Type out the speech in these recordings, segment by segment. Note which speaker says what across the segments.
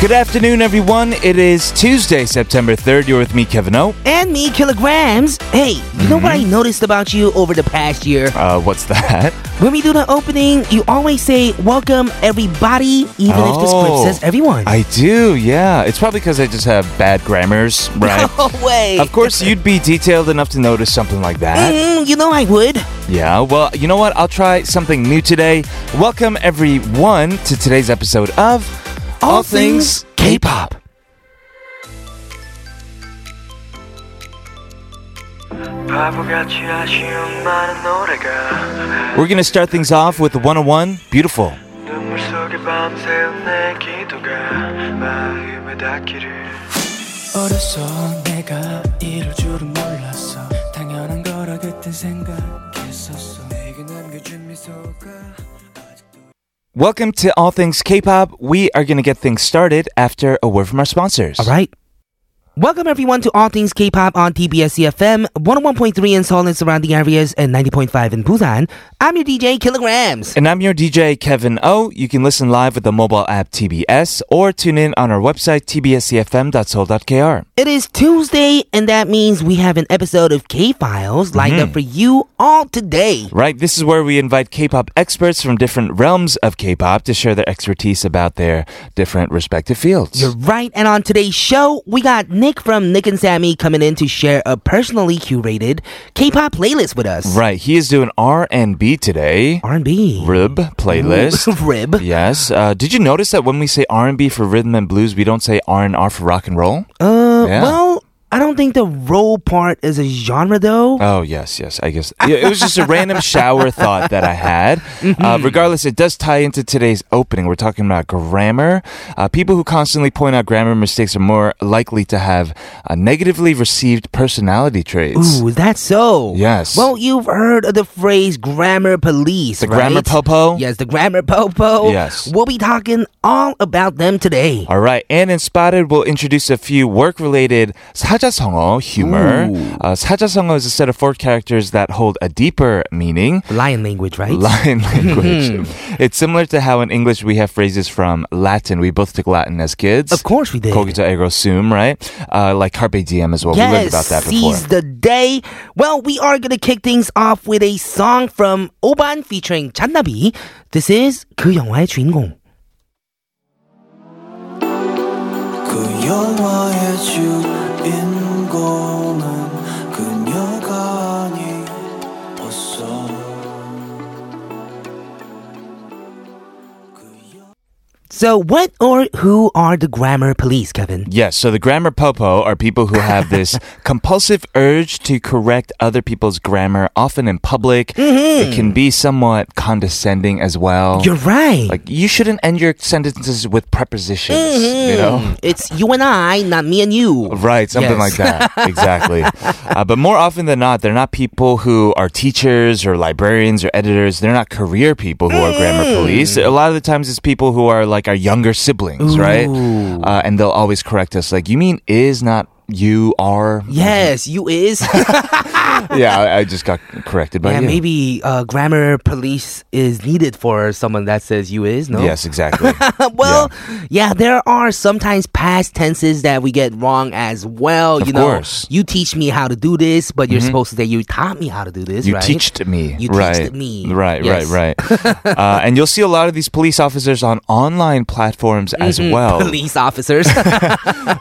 Speaker 1: Good afternoon, everyone. It is Tuesday, September 3rd. You're with me, Kevin O.
Speaker 2: And me, kilograms. Hey, you know what
Speaker 1: Mm-hmm.
Speaker 2: I noticed about you over the past year?
Speaker 1: Uh, what's that?
Speaker 2: When we do the opening, you always say, Welcome everybody, even if the
Speaker 1: Oh.
Speaker 2: script says everyone.
Speaker 1: I do, yeah. It's probably because I just have bad grammars, right?
Speaker 2: No way.
Speaker 1: Of course, you'd be detailed enough to notice something like that.
Speaker 2: Mm, you know I would.
Speaker 1: Yeah, well, you know what? I'll try something new today. Welcome, everyone, to today's episode of
Speaker 2: All Things
Speaker 1: K-Pop.
Speaker 3: 바보같이 아쉬운 많은 노래가
Speaker 1: We're going to start things off with 101 Beautiful.
Speaker 3: 눈물 속에 밤새운 내 기도가 마음에 닿기를
Speaker 4: 어려서 내가 이럴 줄은 몰랐어 당연한 거라 그땐 생각했었어 내게 남겨준 미소가 아직도
Speaker 1: Welcome to All Things K-Pop. We are going to get things started after a word from our sponsors.
Speaker 2: All right. Welcome everyone to All Things K-pop on TBS CFM, 101.3 in Seoul and surrounding areas, and 90.5 in Busan. I'm your DJ, Kilograms.
Speaker 1: And I'm your DJ, Kevin O. You can listen live with the mobile app TBS or tune in on our website, tbscfm.soul.kr.
Speaker 2: It is Tuesday, and that means we have an episode of K-Files lined
Speaker 1: Mm-hmm.
Speaker 2: up for you all today.
Speaker 1: Right, this is where we invite K pop experts from different realms of K pop to share their expertise about their different respective fields.
Speaker 2: You're right. And on today's show, we got Nick from Nick and Sammy coming in to share a personally curated K-pop playlist with us.
Speaker 1: right, he is doing R&B today.
Speaker 2: R&B.
Speaker 1: Rib playlist.
Speaker 2: Rib.
Speaker 1: Yes. Uh, did you notice that when we say R&B for rhythm and blues, we don't say R&R for rock and roll?
Speaker 2: Uh,
Speaker 1: Yeah.
Speaker 2: Well, I don't think the roll part is a genre, though.
Speaker 1: Oh yes, yes. I guess yeah, it was just a random shower thought that I had. Uh,
Speaker 2: Mm-hmm.
Speaker 1: regardless, it does tie into today's opening. We're talking about grammar. Uh, people who constantly point out grammar mistakes are more likely to have uh, negatively received personality traits.
Speaker 2: Ooh, is that so?
Speaker 1: Yes.
Speaker 2: Well, you've heard of the phrase grammar police,
Speaker 1: The
Speaker 2: right?
Speaker 1: grammar popo.
Speaker 2: Yes, the grammar popo.
Speaker 1: Yes.
Speaker 2: We'll be talking all about them today.
Speaker 1: All right, and in Spotted, we'll introduce a few work-related 사자성어 humor. Uh, 사자성어 is a set of four characters that hold a deeper meaning.
Speaker 2: Lion language, right?
Speaker 1: Lion
Speaker 2: Mm-hmm.
Speaker 1: language. it's similar to how in English we have phrases from Latin. We both took Latin as kids.
Speaker 2: of course we did.
Speaker 1: Cogito ego sum, right? Uh, like carpe diem as well. we learned about that before.
Speaker 2: Seize the day. Well, we are going to kick things off with a song from Oban featuring Channabi. This is 그 영화의 주인공.
Speaker 4: 그 영화의 주인공은 그녀가 아니었어 그
Speaker 2: So, what or who are the grammar police, Kevin?
Speaker 1: Yes, so the grammar popo are people who have this compulsive urge to correct other people's grammar, often in public. It can be somewhat condescending as well.
Speaker 2: You're right.
Speaker 1: like you shouldn't end your sentences with prepositions, you
Speaker 2: Mm-hmm.
Speaker 1: know?
Speaker 2: Mm, It's you and I, not me and you.
Speaker 1: Right, something like
Speaker 2: Yes.
Speaker 1: that. Exactly. uh, but more often than not, they're not people who are teachers or librarians or editors. They're not career people who are grammar
Speaker 2: Mm.
Speaker 1: police. A lot of the times, it's people who are like our younger siblings, right? Uh, and they'll always correct us, like, "You mean is not." You are
Speaker 2: Yes, you is.
Speaker 1: yeah. I, I just got corrected by
Speaker 2: yeah,
Speaker 1: you.
Speaker 2: maybe uh, grammar police is needed for someone that says you is, no?
Speaker 1: Yes, exactly.
Speaker 2: well, yeah. there are sometimes past tenses that we get wrong as well.
Speaker 1: Of
Speaker 2: you know,
Speaker 1: course. Mm-hmm.
Speaker 2: you teach me how to do this, but you're supposed to say you taught me how to do this.
Speaker 1: You
Speaker 2: right?
Speaker 1: teached me.
Speaker 2: You
Speaker 1: right.
Speaker 2: teached me.
Speaker 1: Right,
Speaker 2: Yes.
Speaker 1: right, right. uh, and you'll see a lot of these police officers on online platforms as
Speaker 2: Mm-hmm.
Speaker 1: well.
Speaker 2: Police officers.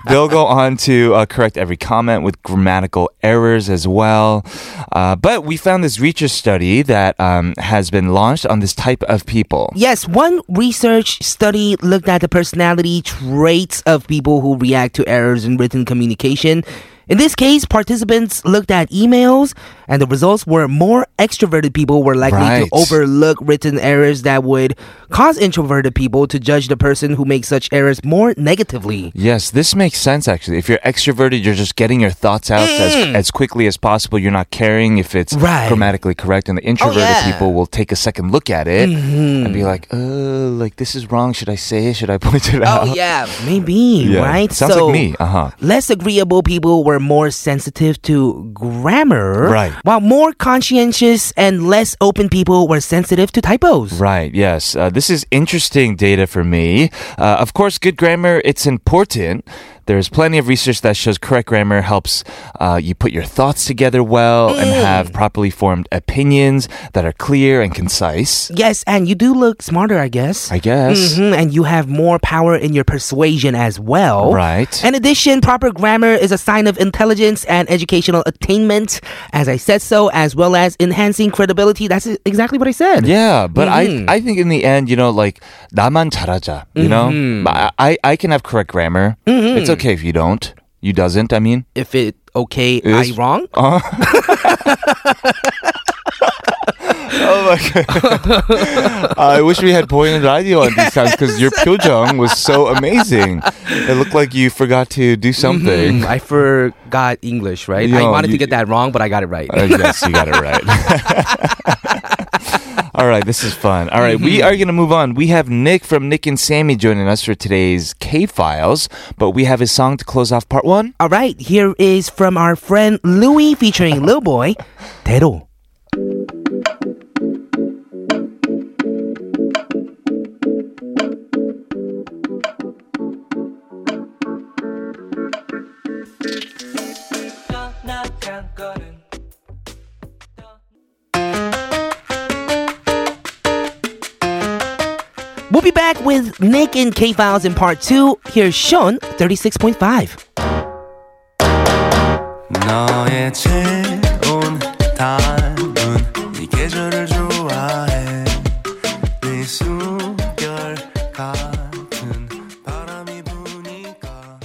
Speaker 1: They'll go on to uh, correct every comment with grammatical errors as well. Uh, but we found this research study that um, has been launched on this type of people.
Speaker 2: yes, one research study looked at the personality traits of people who react to errors in written communication. In this case, participants looked at emails, and the results were more extroverted people were likely
Speaker 1: Right.
Speaker 2: to overlook written errors that would cause introverted people to judge the person who makes such errors more negatively.
Speaker 1: Yes, this makes sense actually. If you're extroverted, you're just getting your thoughts out as, as quickly as possible. You're not caring if it's
Speaker 2: Mm-hmm. Right. Oh,
Speaker 1: grammatically correct. And the introverted
Speaker 2: yeah. Mm-hmm.
Speaker 1: people will take a second look at it and be like, uh, like this is wrong. Should I say it? Should I point it out?
Speaker 2: Oh yeah, maybe
Speaker 1: Uh-huh. Yeah.
Speaker 2: right.
Speaker 1: Sounds
Speaker 2: so
Speaker 1: like me. Uh huh.
Speaker 2: less agreeable people were were more sensitive to grammar,
Speaker 1: Right.
Speaker 2: while more conscientious and less open people were sensitive to typos.
Speaker 1: Right, yes. Uh, this is interesting data for me. Uh, of course, good grammar, it's important. There's plenty of research that shows correct grammar helps uh, you put your thoughts together well and have properly formed opinions that are clear and concise.
Speaker 2: Yes, and you do look smarter, I guess.
Speaker 1: I guess.
Speaker 2: Mhm, and you have more power in your persuasion as well.
Speaker 1: Right.
Speaker 2: In addition, proper grammar is a sign of intelligence and educational attainment, as I said so, as well as enhancing credibility. That's exactly what I said.
Speaker 1: Yeah, but
Speaker 2: Mhm.
Speaker 1: I I think in the end, you know, like 나만 잘하자, you know, I, I I can have correct grammar. It's okay if you don't, you doesn't. I mean,
Speaker 2: If it okay,
Speaker 1: Is-
Speaker 2: I wrong?
Speaker 1: oh my god, I wish we had 보이는 radio on these times because your 표정 was so amazing. It looked like you forgot to do something.
Speaker 2: Mm, I forgot English, right? I
Speaker 1: Yo,
Speaker 2: wanted to
Speaker 1: you-
Speaker 2: get that wrong, but I got it right.
Speaker 1: Uh, yes, you got it right. All right, this is fun. All right, we are going to move on. We have Nick from Nick and Sammy joining us for today's K Files, but we have his song to close off part one.
Speaker 2: All right, here is from our friend Louis featuring Lil Boy, 대로.
Speaker 4: 떠나간 거는
Speaker 2: We'll be back with Nick and K Files in part two. Here's Sean, 36.5.
Speaker 4: 너의 체온 닮은 이 계절을 좋아해 네 숨결 같은 바람이 부니까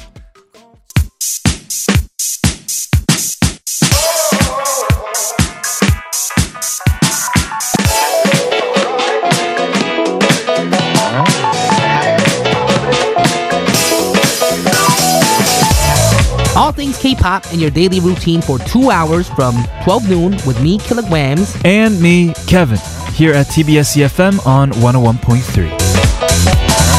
Speaker 2: All things K pop in your daily routine for two hours from 12 noon with me, Kilograms.
Speaker 5: and me, Kevin, here at TBS EFM E on 101.3.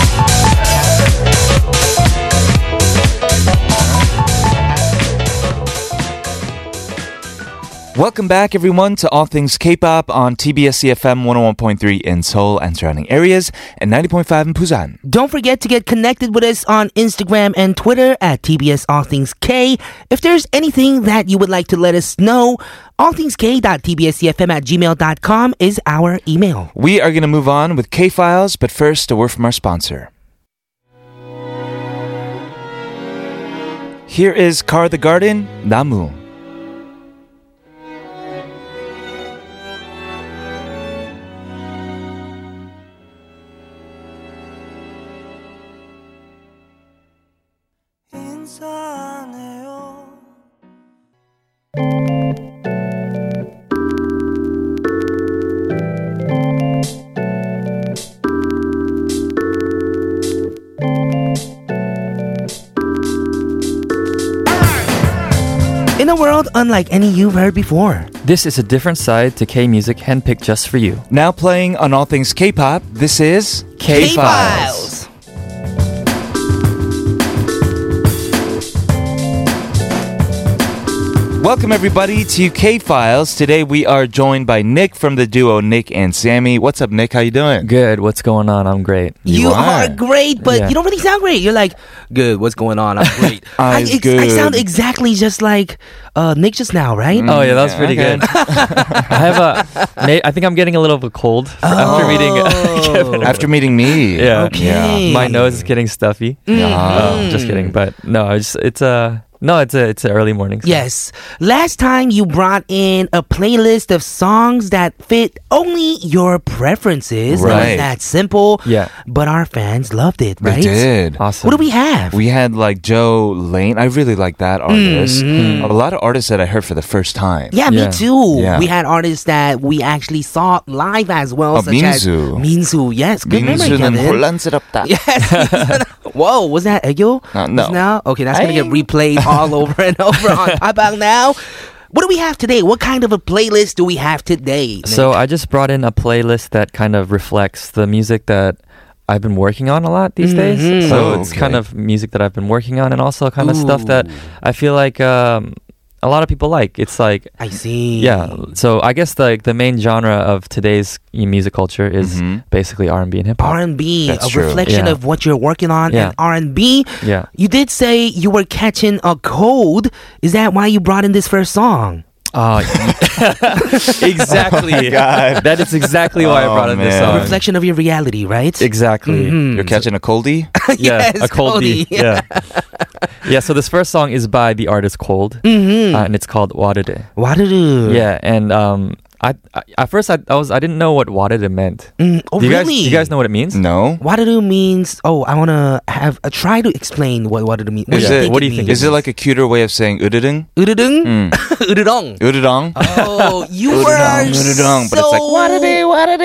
Speaker 1: Welcome back, everyone, to All Things K-pop on TBS EFM 101.3 in Seoul and surrounding areas, and 90.5 in Busan.
Speaker 2: Don't forget to get connected with us on Instagram and Twitter at TBS All Things K. If there's anything that you would like to let us know, allthingsk.tbscfm E at gmail.com is our email.
Speaker 1: We are going to move on with K-Files, but first, a word from our sponsor. Here is Car the Garden, Namu.
Speaker 4: 인사하네요
Speaker 2: In a world unlike any you've heard before.
Speaker 6: This is a different side to K Music handpicked just for you.
Speaker 1: Now playing on All Things K-pop, this is...
Speaker 6: K
Speaker 1: Welcome, everybody, to K-Files. Today, we are joined by Nick from the duo Nick and Sammy. What's up, Nick? How you doing?
Speaker 6: Good, what's going on? I'm great.
Speaker 2: You,
Speaker 1: You
Speaker 2: are.
Speaker 1: are.
Speaker 2: great, but
Speaker 6: Yeah.
Speaker 2: you don't really sound great. You're like, good, what's going on? I'm great.
Speaker 1: I'm
Speaker 2: I, I
Speaker 1: good.
Speaker 2: sound exactly just like uh, Nick just now, right?
Speaker 6: Oh yeah, that was
Speaker 1: yeah,
Speaker 6: pretty
Speaker 1: okay.
Speaker 6: good. I have a, may, I think I'm getting a little of a cold after meeting.
Speaker 1: Oh.
Speaker 6: Kevin.
Speaker 1: After meeting me.
Speaker 6: Yeah.
Speaker 2: Okay.
Speaker 6: my nose is getting stuffy. Um, just kidding, but no, I just it's a no, it's a it's a early morning. so-
Speaker 2: Yes. Last time you brought in a playlist of songs that fit only your preferences. It was
Speaker 1: Right.
Speaker 2: that simple.
Speaker 6: Yeah.
Speaker 2: But our fans loved it,
Speaker 1: They
Speaker 2: right?
Speaker 1: did.
Speaker 6: awesome.
Speaker 2: What do we have?
Speaker 1: We had like Joe Lane. I really like that artist. A lot of artists that I heard for the first time.
Speaker 2: Mm-hmm. yeah, me
Speaker 6: Yeah.
Speaker 2: too.
Speaker 1: Yeah.
Speaker 2: We had artists that we actually saw live as well,
Speaker 1: Oh,
Speaker 2: such as
Speaker 1: Minzu.
Speaker 2: Minzu. Yes, good memory,
Speaker 1: 민수는
Speaker 2: Kevin.
Speaker 1: 혼란스럽다.
Speaker 2: Yes. Whoa, was that Egyo?
Speaker 1: Uh, no.
Speaker 2: Just Now? Okay, that's going to get replayed all over and over on Tapang now. What do we have today? What kind of a playlist do we have today? Nick?
Speaker 6: So I just brought in a playlist that kind of reflects the music that I've been working on a lot these days.
Speaker 2: Mhm.
Speaker 1: Oh,
Speaker 6: So it's kind
Speaker 1: okay.
Speaker 6: of music that I've been working on, and also kind of stuff that I feel like um, a lot of people like. It's like
Speaker 2: I see.
Speaker 6: yeah. So I guess like the main genre of today's music culture is
Speaker 1: Mhm.
Speaker 6: basically R and B and hip hop.
Speaker 2: R&B,
Speaker 1: That's
Speaker 2: a
Speaker 1: true.
Speaker 2: reflection
Speaker 6: Yeah.
Speaker 2: of what you're working on and
Speaker 6: Yeah.
Speaker 2: R&B.
Speaker 6: Yeah.
Speaker 2: You did say you were catching a cold. Is that why you brought in this first song?
Speaker 6: Uh, exactly.
Speaker 1: God.
Speaker 6: That is exactly why I
Speaker 1: Oh,
Speaker 6: brought in this
Speaker 1: man. Mm-hmm.
Speaker 6: song.
Speaker 2: Reflection of your reality, right?
Speaker 6: Exactly.
Speaker 1: You're catching a coldie?
Speaker 6: Yeah,
Speaker 2: Yes,
Speaker 6: a cold
Speaker 2: Cody.
Speaker 6: beat. Yeah. yeah, so this first song is by the artist Cold,
Speaker 2: Mm-hmm.
Speaker 6: uh, and it's called Warede.
Speaker 2: Waruru.
Speaker 6: Yeah, and um, I, I at first I, I was I didn't know what Warede meant.
Speaker 2: Mm, oh,
Speaker 6: do you guys
Speaker 2: really?
Speaker 6: do you guys know what it means?
Speaker 1: No.
Speaker 2: Waruru means, oh, I want to have, uh, try to explain what Waruru means. What,
Speaker 1: Is
Speaker 2: do, you
Speaker 1: it-
Speaker 2: think
Speaker 6: what do you think
Speaker 1: Is it like a cuter way of saying urudung?
Speaker 2: Urudung?
Speaker 1: Mm.
Speaker 2: Urudong.
Speaker 1: Urudung?
Speaker 2: Oh, you
Speaker 1: Urudong,
Speaker 2: were
Speaker 1: urudong, but
Speaker 2: so
Speaker 1: it's like,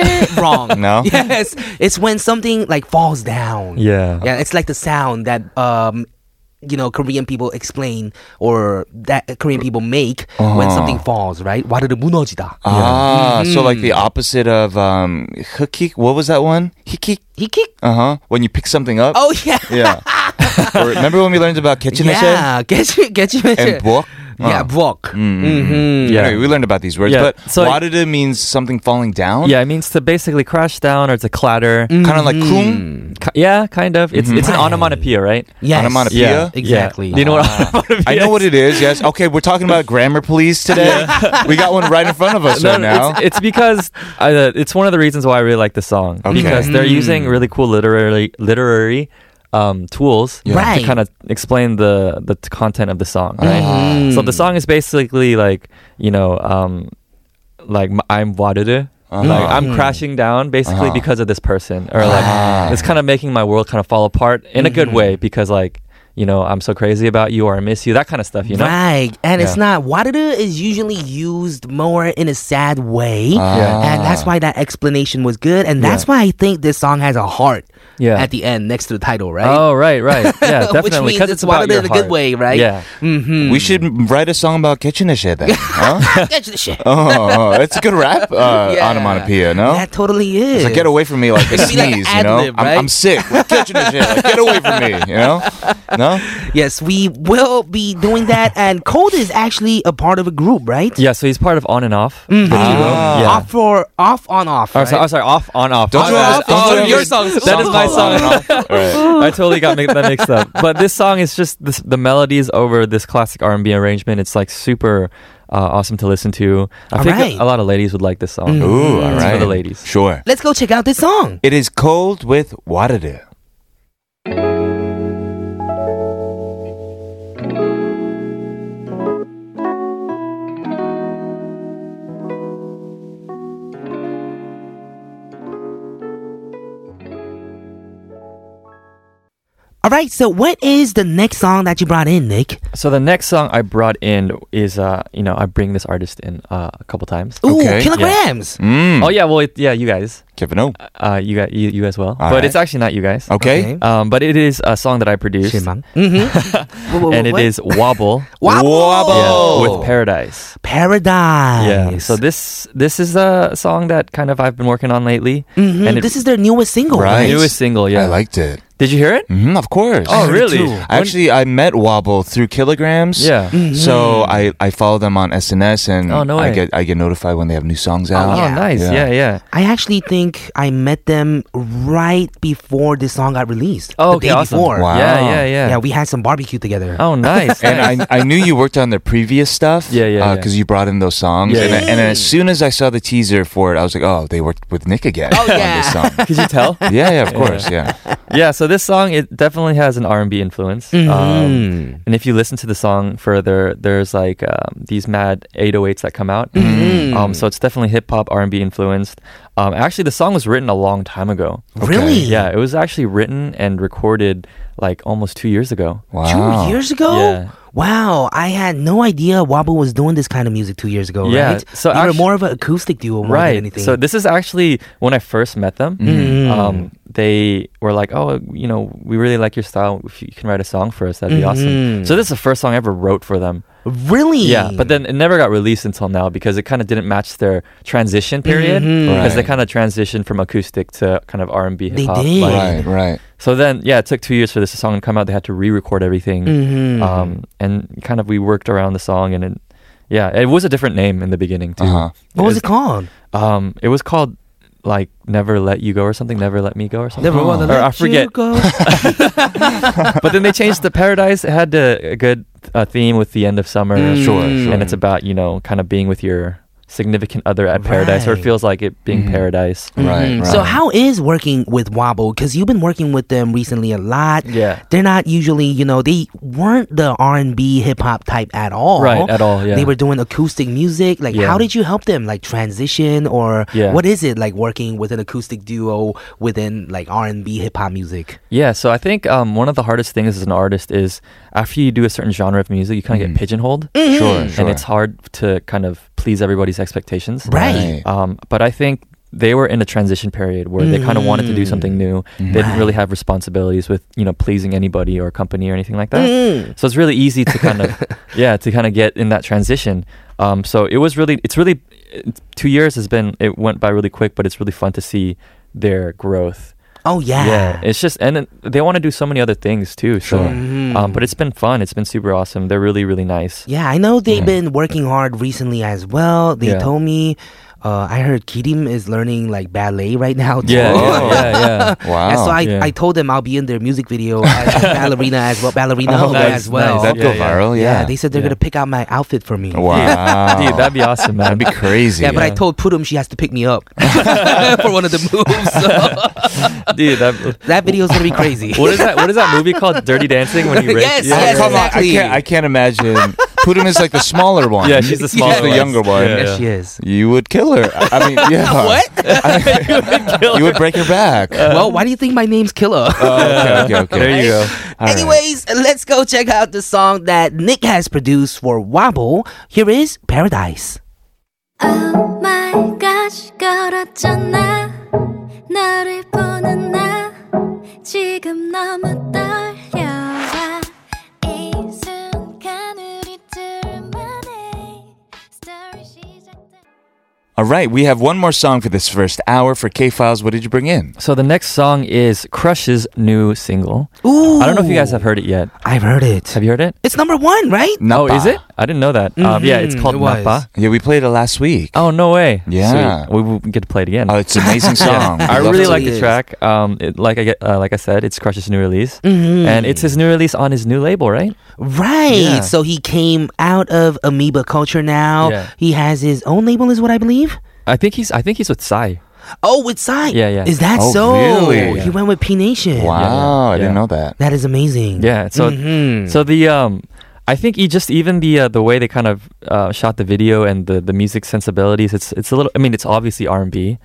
Speaker 1: "Waruru,
Speaker 2: wrong.
Speaker 1: No?
Speaker 2: Yes, it's when something like falls down.
Speaker 6: Yeah.
Speaker 2: Yeah, it's like the sound that um you know Korean people explain or that Korean people make when
Speaker 1: Uh-huh.
Speaker 2: something falls, right? 와르르 무너지다.
Speaker 1: Ah, so like
Speaker 6: Mm-hmm.
Speaker 1: the opposite of um hikik. What was that one? Hikik.
Speaker 2: He kicked.
Speaker 1: Uh huh. When you pick something up.
Speaker 2: Oh yeah.
Speaker 1: Yeah. Or remember when we learned about kitchen
Speaker 2: Yeah, get you, get you.
Speaker 1: and book?
Speaker 2: Yeah, block. Mm-hmm.
Speaker 6: Mm, Yeah.
Speaker 1: Anyway, we learned about these words,
Speaker 6: Yeah,
Speaker 1: but
Speaker 6: so-
Speaker 1: warida means something falling down.
Speaker 6: Yeah, it means to basically crash down or to clatter.
Speaker 1: Kind of like kung,
Speaker 6: Ki- Yeah, kind of.
Speaker 1: Mm-hmm.
Speaker 6: It's it's an
Speaker 2: Right.
Speaker 6: onomatopoeia, right?
Speaker 2: Yes.
Speaker 1: onomatopoeia.
Speaker 6: Yeah,
Speaker 1: Yeah.
Speaker 2: Exactly. Uh-huh.
Speaker 6: Yeah. Do you know what onomatopoeia
Speaker 1: Ah. I know what it is. Yes. Okay, we're talking about grammar police today. we got one right in front of us
Speaker 6: No,
Speaker 1: right
Speaker 6: no,
Speaker 1: now.
Speaker 6: It's, it's because uh, it's one of the reasons why I really like the song
Speaker 1: Okay. Mm.
Speaker 6: because they're using really cool literary literary um, tools
Speaker 2: Right.
Speaker 6: to kind of explain the the t- content of the song.
Speaker 1: Ah.
Speaker 6: Right.
Speaker 1: Mm-hmm.
Speaker 6: So
Speaker 1: Hmm.
Speaker 6: the song is basically like you know um, like m- I'm waruru.
Speaker 1: Uh-huh.
Speaker 6: Like
Speaker 2: Hmm.
Speaker 6: I'm crashing down basically because of this person, or like
Speaker 1: Ah.
Speaker 6: it's kind of making my world kind of fall apart in a
Speaker 1: Mm-hmm.
Speaker 6: good way because like you know I'm so crazy about you or I miss you that kind of stuff you know
Speaker 2: Right, and it's
Speaker 6: Yeah.
Speaker 2: not. Waruru is usually used more in a sad way, and that's
Speaker 6: Uh-huh.
Speaker 2: why that explanation was good, and that's why I think this song has a heart
Speaker 6: Yeah.
Speaker 2: at the end next to the title, right?
Speaker 6: Oh right, right, yeah,
Speaker 2: Which
Speaker 6: definitely.
Speaker 2: means
Speaker 6: 'cause
Speaker 2: it's
Speaker 6: about
Speaker 2: wanted in
Speaker 6: your
Speaker 2: a good way,
Speaker 6: heart.
Speaker 2: right? Mm-hmm.
Speaker 6: Yeah,
Speaker 1: Ah.
Speaker 6: Mm.
Speaker 1: we should write a song about kitchen then. huh?
Speaker 2: That's the shit.
Speaker 1: oh, it's a good rap uh,
Speaker 2: Yeah.
Speaker 1: onomatopoeia.
Speaker 6: Uh-huh.
Speaker 1: No.
Speaker 2: That totally is.
Speaker 1: It's like, get away from me like a
Speaker 2: It could be
Speaker 1: sneeze,
Speaker 2: like an
Speaker 1: you know?
Speaker 2: ad-lib,
Speaker 1: I'm,
Speaker 2: right?
Speaker 1: I'm sick. We're catching this shit. Like, get away from me, you know? No?
Speaker 2: Yes, we will be doing that. and Cold is actually a part of a group, right?
Speaker 6: yeah. So he's part of on and off.
Speaker 2: Mm-hmm.
Speaker 6: the duo.
Speaker 1: Ah.
Speaker 6: Yeah.
Speaker 2: Off for off on off.
Speaker 6: Oh,
Speaker 2: Right?
Speaker 6: so- oh, sorry, off on off.
Speaker 1: Don't
Speaker 6: On
Speaker 1: you
Speaker 6: and
Speaker 1: have- don't
Speaker 6: off.
Speaker 1: you
Speaker 6: Oh,
Speaker 1: have
Speaker 6: your
Speaker 1: your
Speaker 6: song. That is my
Speaker 1: Songs on and
Speaker 6: song.
Speaker 1: off. All right.
Speaker 6: I totally got mi- that mixed up. But this song is just this, the melodies over this classic R and B arrangement. It's like super uh, awesome to listen to. I
Speaker 2: All
Speaker 6: think
Speaker 2: right.
Speaker 6: a lot of ladies would like this song.
Speaker 1: Ooh, all
Speaker 6: It's
Speaker 1: right.
Speaker 6: for the ladies.
Speaker 1: Sure.
Speaker 2: Let's go check out this song.
Speaker 1: It is cold with warada.
Speaker 2: All right, so what is the next song that you brought in, Nick?
Speaker 6: So the next song I brought in is uh, you know I bring this artist in uh, a couple times.
Speaker 2: Ooh,
Speaker 1: Okay.
Speaker 2: kilograms.
Speaker 1: Mm.
Speaker 6: Oh yeah, well it, yeah, you guys,
Speaker 1: Kevin O.
Speaker 6: uh, you guys, you, you as well.
Speaker 1: All
Speaker 6: but
Speaker 1: right.
Speaker 6: it's actually not you guys.
Speaker 1: Okay.
Speaker 6: Um, but it is a song that I produced,
Speaker 2: Mm-hmm.
Speaker 6: and it is Wobble.
Speaker 2: Wobble.
Speaker 1: Wobble.
Speaker 6: with Paradise.
Speaker 2: Paradise.
Speaker 6: So this this is a song that kind of I've been working on lately,
Speaker 2: Mhm,
Speaker 6: and it-
Speaker 2: this is their newest single,
Speaker 1: Right.
Speaker 2: right?
Speaker 6: newest single.
Speaker 1: I
Speaker 6: Yeah,
Speaker 1: liked it.
Speaker 6: Did you hear it?
Speaker 1: Mm, of course.
Speaker 6: Oh, really?
Speaker 1: Actually, I met Wobble through Kilograms.
Speaker 6: Yeah.
Speaker 1: So I, I follow them on SNS and
Speaker 6: Oh, no
Speaker 1: I
Speaker 6: way.
Speaker 1: get I get notified when they have new songs
Speaker 6: Oh,
Speaker 1: out.
Speaker 6: nice.
Speaker 1: Yeah.
Speaker 6: Yeah. yeah,
Speaker 2: I actually think I met them right before this song got released. the
Speaker 6: Oh, okay,
Speaker 2: day
Speaker 6: awesome.
Speaker 2: before.
Speaker 1: Wow.
Speaker 6: Yeah, yeah, yeah.
Speaker 2: Yeah, we had some barbecue together.
Speaker 6: oh, nice.
Speaker 1: and I, I knew you worked on their previous stuff.
Speaker 6: Yeah, yeah, yeah.
Speaker 1: Because you brought in those songs, and,
Speaker 6: Yeah,
Speaker 1: I-
Speaker 6: yeah.
Speaker 1: and then as soon as I saw the teaser for it, I was like, oh, they worked with Nick again
Speaker 2: Oh,
Speaker 1: on
Speaker 2: yeah.
Speaker 1: this song.
Speaker 6: Could you tell?
Speaker 1: Yeah, yeah, of course, yeah.
Speaker 6: yeah. So this song it definitely has an R and B influence.
Speaker 2: Mm-hmm. Mm.
Speaker 6: Um, and if you listen to the song further, there's like um, these mad 808s that come out. Um, so it's definitely hip hop R and B influenced. Um, actually, the song was written a long time ago.
Speaker 2: Really?
Speaker 6: Yeah, it was actually written and recorded like almost two years ago.
Speaker 1: Wow.
Speaker 2: Two years ago?
Speaker 6: Yeah.
Speaker 2: Wow, I had no idea Wabu was doing this kind of music two years ago,
Speaker 6: Yeah,
Speaker 2: right?
Speaker 6: so
Speaker 2: you were
Speaker 6: actu-
Speaker 2: more of an acoustic duo more
Speaker 6: right
Speaker 2: than anything. Mm.
Speaker 6: so this is actually when i first met them um, they were like oh you
Speaker 2: Mm-hmm.
Speaker 6: know we really like your style if you can write a song for us that'd be awesome so this is the first song i ever wrote for them
Speaker 2: Really?
Speaker 6: Yeah, but then it never got released until now because it kind of didn't match their transition period
Speaker 2: Mhm.
Speaker 6: because they
Speaker 1: Right.
Speaker 6: kind of transitioned from acoustic to kind of R and B
Speaker 2: They
Speaker 6: hip hop.
Speaker 2: did.
Speaker 1: Right, right.
Speaker 6: So then, yeah, it took two years for this song to come out. They had to re-record everything,
Speaker 2: Mhm.
Speaker 6: um, and kind of we worked around the song and. It, yeah, it was a different name in the beginning too.
Speaker 1: Uh-huh.
Speaker 2: what was it called?
Speaker 6: Um, it was called like "Never Let You Go" or something. "Never Let Me Go" or something.
Speaker 2: Never wanna
Speaker 6: Or
Speaker 2: let
Speaker 6: I forget.
Speaker 2: you go.
Speaker 6: but then they changed the paradise. It had a, a good uh, theme with the end of summer.
Speaker 2: Mm. Sure, sure.
Speaker 6: And it's about you know kind of being with your significant other at paradise, or
Speaker 2: Right.
Speaker 6: it
Speaker 2: Mm.
Speaker 6: feels like it being
Speaker 1: Mhm.
Speaker 6: paradise.
Speaker 1: Right,
Speaker 2: Mhm.
Speaker 1: right.
Speaker 2: So how is working with Wobble? Because you've been working with them recently a lot.
Speaker 6: Yeah.
Speaker 2: They're not usually, you know, they weren't the R and B hip hop type at all.
Speaker 6: Right, at all, yeah.
Speaker 2: They were doing acoustic music. Like,
Speaker 6: Yeah.
Speaker 2: how did you help them? Like transition or
Speaker 6: Yeah.
Speaker 2: what is it like working with an acoustic duo within like R and B hip hop music?
Speaker 6: Yeah, so I think um, one of the hardest things as an artist is after you do a certain genre of music, you kind of
Speaker 1: Mhm.
Speaker 2: Mm.
Speaker 6: get pigeonholed,
Speaker 1: Sure,
Speaker 2: Mm-hmm.
Speaker 1: sure.
Speaker 6: and it's hard to kind of please everybody's expectations.
Speaker 2: Right.
Speaker 6: Um, but I think they were in a transition period where they kind of wanted to do
Speaker 1: Mm.
Speaker 6: something new.
Speaker 1: Mm-hmm.
Speaker 6: They didn't really have responsibilities with you know pleasing anybody or company or anything like that.
Speaker 1: Mm.
Speaker 2: Mm-hmm.
Speaker 6: So it's really easy to kind of yeah to kind of get in that transition. Um, so it was really it's really it's, two years has been it went by really quick, but it's really fun to see their growth.
Speaker 2: Oh yeah.
Speaker 6: it's just and then they want to do so many other things too. So, um,
Speaker 1: Mm.
Speaker 6: but it's been fun. It's been super awesome. They're really really nice.
Speaker 2: Yeah, I know they've been working hard recently as well. They
Speaker 6: Yeah.
Speaker 2: told me, uh, I heard Kirim is learning like ballet right now. Too.
Speaker 6: Yeah,
Speaker 1: Whoa.
Speaker 6: yeah, yeah, yeah.
Speaker 1: Wow.
Speaker 2: And so I,
Speaker 6: yeah.
Speaker 2: I told them I'll be in their music video as a ballerina as well, ballerina
Speaker 6: Oh,
Speaker 2: as
Speaker 6: nice,
Speaker 2: well.
Speaker 1: That'd
Speaker 6: nice.
Speaker 1: go
Speaker 6: Yeah, Oh, yeah.
Speaker 1: viral, yeah.
Speaker 2: yeah, they said they're
Speaker 6: Yeah. Oh,
Speaker 2: gonna pick out my outfit for me.
Speaker 1: wow.
Speaker 6: Dude, that'd be awesome, man.
Speaker 1: That'd be crazy.
Speaker 2: Yeah, but I told Putum she has to pick me up for one of the moves. So
Speaker 6: Dude, that,
Speaker 2: that video's gonna be crazy.
Speaker 6: what is that? What is that movie called? Dirty Dancing when you rape?
Speaker 2: Yes,
Speaker 6: yeah,
Speaker 1: Oh,
Speaker 2: yes,
Speaker 6: yeah,
Speaker 1: come on.
Speaker 2: exactly.
Speaker 1: I can't, I can't imagine. Putin is like the smaller one.
Speaker 6: Yeah, she's the
Speaker 2: Yes.
Speaker 6: smaller,
Speaker 2: She's the
Speaker 6: one.
Speaker 1: younger one.
Speaker 6: Yeah,
Speaker 2: yes,
Speaker 6: yeah.
Speaker 2: she is.
Speaker 1: You would kill her. I I mean, yeah. what? you would break her back.
Speaker 2: well, why do you think my name's Killer?
Speaker 6: Uh,
Speaker 1: Oh, okay, okay, okay.
Speaker 6: There you go.
Speaker 1: All right.
Speaker 2: Anyways, let's go check out the song that Nick has produced for Wobble. Here is Paradise.
Speaker 7: Oh my gosh 걸었잖아 너를 보는 나 지금 너무 떨려와 이 순간 우리 둘만의 스토리 시작돼
Speaker 1: All right, we have one more song for this first hour for K Files. What did you bring in?
Speaker 6: So the next song is Crush's new single.
Speaker 2: Ooh,
Speaker 6: I don't know if you guys have heard it yet.
Speaker 2: I've heard it.
Speaker 6: Have you heard it?
Speaker 2: It's number one, right?
Speaker 6: No,
Speaker 1: Napa.
Speaker 6: Oh, is it? I didn't know that. Um, yeah, it's
Speaker 2: Mhm,
Speaker 6: called
Speaker 2: it was.
Speaker 6: Napa.
Speaker 1: Yeah, we played it last week.
Speaker 6: Oh no way!
Speaker 1: Yeah.
Speaker 6: Sweet. we will get to play it again.
Speaker 1: Oh, it's an amazing song.
Speaker 6: I
Speaker 1: Love
Speaker 6: really
Speaker 1: to-
Speaker 6: like
Speaker 2: It
Speaker 6: the
Speaker 2: is.
Speaker 6: track. Um, it, like I get, uh, like I said, it's Crush's new release,
Speaker 2: Mm-hmm.
Speaker 6: and it's his new release on his new label, right?
Speaker 2: Right.
Speaker 6: Yeah.
Speaker 2: So he came out of amoeba culture now.
Speaker 6: Yeah.
Speaker 2: He has his own label, is what I believe.
Speaker 6: I think he's I think he's with Psy.
Speaker 2: Oh, with Psy.
Speaker 6: Yeah, yeah.
Speaker 2: Is that
Speaker 1: Oh,
Speaker 2: so?
Speaker 1: really?
Speaker 2: He went with P Nation.
Speaker 1: Wow, I didn't
Speaker 6: yeah.
Speaker 1: know that.
Speaker 2: That is amazing.
Speaker 6: Yeah. So
Speaker 2: Mhm.
Speaker 6: so the um I think he just even the uh, the way they kind of uh, shot the video and the the music sensibilities it's it's a little I mean it's obviously R and B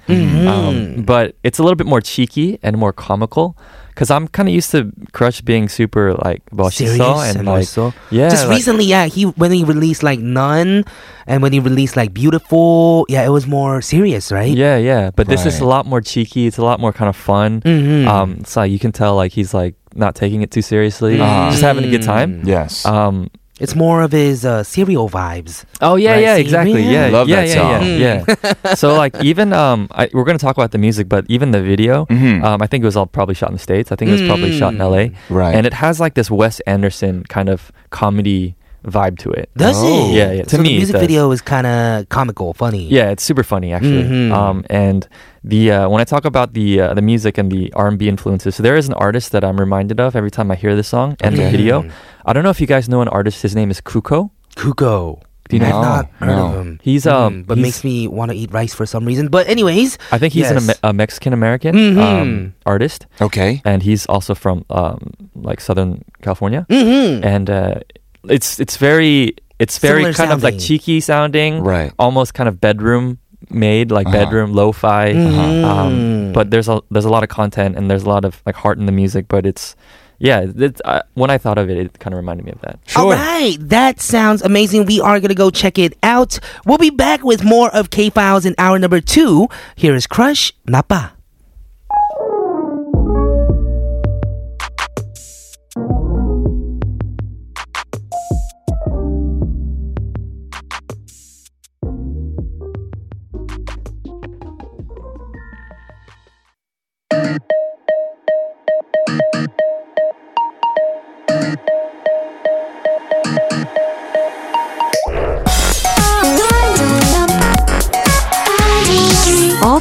Speaker 6: um, but it's a little bit more cheeky and more comical because I'm kind of used to Crush being super like
Speaker 2: serious
Speaker 6: 멋있어 and,
Speaker 2: and
Speaker 6: like
Speaker 2: also-
Speaker 6: yeah
Speaker 2: Just
Speaker 6: like-
Speaker 2: recently, yeah, he when he released like None, and when he released like Beautiful, yeah, it was more serious, right?
Speaker 6: yeah yeah but this is a
Speaker 1: Right.
Speaker 6: lot more cheeky it's a lot more kind of fun
Speaker 2: Mhm.
Speaker 6: um so you can tell like he's like not taking it too seriously
Speaker 1: Ah.
Speaker 6: just having a good time
Speaker 1: Yes.
Speaker 6: um
Speaker 2: It's more of his uh, serial vibes.
Speaker 6: Oh yeah,
Speaker 2: Right,
Speaker 6: yeah,
Speaker 2: see?
Speaker 6: exactly. Yeah,
Speaker 2: Yeah.
Speaker 1: Love
Speaker 6: yeah,
Speaker 1: that
Speaker 6: yeah,
Speaker 1: song.
Speaker 6: yeah, yeah. so like even um, I, we're gonna talk about the music, but even the video,
Speaker 1: Mhm.
Speaker 6: um, I think it was all probably shot in the states. I think it was probably shot in L.A.
Speaker 1: Right.
Speaker 6: and it has like this Wes Anderson kind of comedy vibe to it.
Speaker 2: Does
Speaker 1: Oh.
Speaker 2: it?
Speaker 6: Yeah, yeah, to
Speaker 2: so the
Speaker 6: me it
Speaker 2: music
Speaker 6: does.
Speaker 2: video is kind of comical, funny.
Speaker 6: Yeah, it's super funny actually.
Speaker 2: Mhm.
Speaker 6: Um, and the uh, when I talk about the uh, the music and the R and B influences, so there is an artist that I'm reminded of every time I hear this song and the
Speaker 1: Okay.
Speaker 6: video. I don't know if you guys know an artist. His name is Kuko.
Speaker 2: Kuko.
Speaker 6: Do you know?
Speaker 1: No.
Speaker 2: I've not heard of
Speaker 1: no.
Speaker 2: him. Mm-hmm.
Speaker 6: He's, um,
Speaker 2: but
Speaker 6: he's-
Speaker 2: makes me want to eat rice for some reason. But anyways,
Speaker 6: I think he's an
Speaker 2: Yes. Mm-hmm.
Speaker 6: Ame- a Mexican American um, artist.
Speaker 1: okay.
Speaker 6: and he's also from um, like Southern California,
Speaker 2: Mhm.
Speaker 6: and uh, it's it's very it's very
Speaker 2: Similar
Speaker 6: kind of like
Speaker 2: sounding.
Speaker 6: cheeky sounding,
Speaker 1: Right.
Speaker 6: Almost kind of bedroom made, like
Speaker 1: Uh-huh.
Speaker 6: bedroom lo-fi.
Speaker 2: Mhm.
Speaker 6: Um, but there's a there's a lot of content and there's a lot of like heart in the music, but it's yeah. It's, uh, when I thought of it, it kind of reminded me of that.
Speaker 2: all right, that sounds amazing. We are gonna go check it out. We'll be back with more of K Files in hour number two. Here is Crush Napa.
Speaker 8: All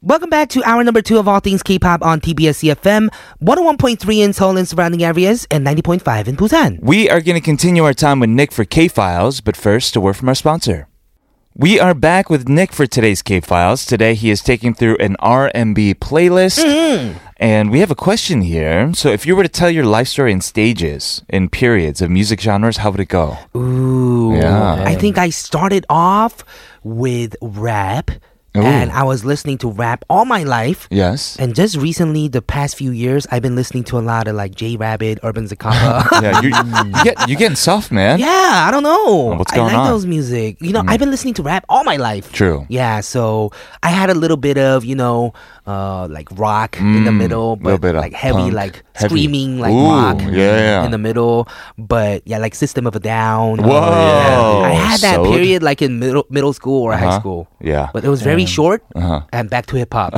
Speaker 2: Welcome back to hour number two of All Things K-pop on TBS CFM, 101.3 in Seoul and surrounding areas, and 90.5 in Busan.
Speaker 1: We are going to continue our time with Nick for K Files, but first, a word from our sponsor. We are back with Nick for today's K Files. Today, he is taking through an R&B playlist, and we have a question here. So, if you were to tell your life story in stages, in periods of music genres, how would it go?
Speaker 2: Ooh,
Speaker 1: Yeah.
Speaker 2: I think I started off with rap,
Speaker 1: Ooh.
Speaker 2: and I was listening to rap all my life.
Speaker 1: Yes.
Speaker 2: And just recently, the past few years, I've been listening to a lot of like J Rabbit, Urban Zacapa.
Speaker 1: yeah, you, you get you getting soft, man.
Speaker 2: yeah, I don't know.
Speaker 1: What's
Speaker 2: I
Speaker 1: going
Speaker 2: like
Speaker 1: on? Mm-hmm.
Speaker 2: those music. You know, I've been listening to rap all my life.
Speaker 1: True.
Speaker 2: Yeah, so I had a little bit of you know, uh, like rock in the
Speaker 1: Mm,
Speaker 2: middle,
Speaker 1: little
Speaker 2: but
Speaker 1: bit of
Speaker 2: like heavy,
Speaker 1: punk,
Speaker 2: like
Speaker 1: heavy.
Speaker 2: screaming, like
Speaker 1: Ooh,
Speaker 2: rock
Speaker 1: yeah.
Speaker 2: in the middle. But yeah, like System of a Down. Oh,
Speaker 1: Whoa,
Speaker 2: Yeah. I had that
Speaker 1: sewed.
Speaker 2: period like in middle middle school or high
Speaker 1: Uh-huh.
Speaker 2: school,
Speaker 1: Yeah.
Speaker 2: but it was very short
Speaker 1: Uh-huh.
Speaker 2: and back to hip hop.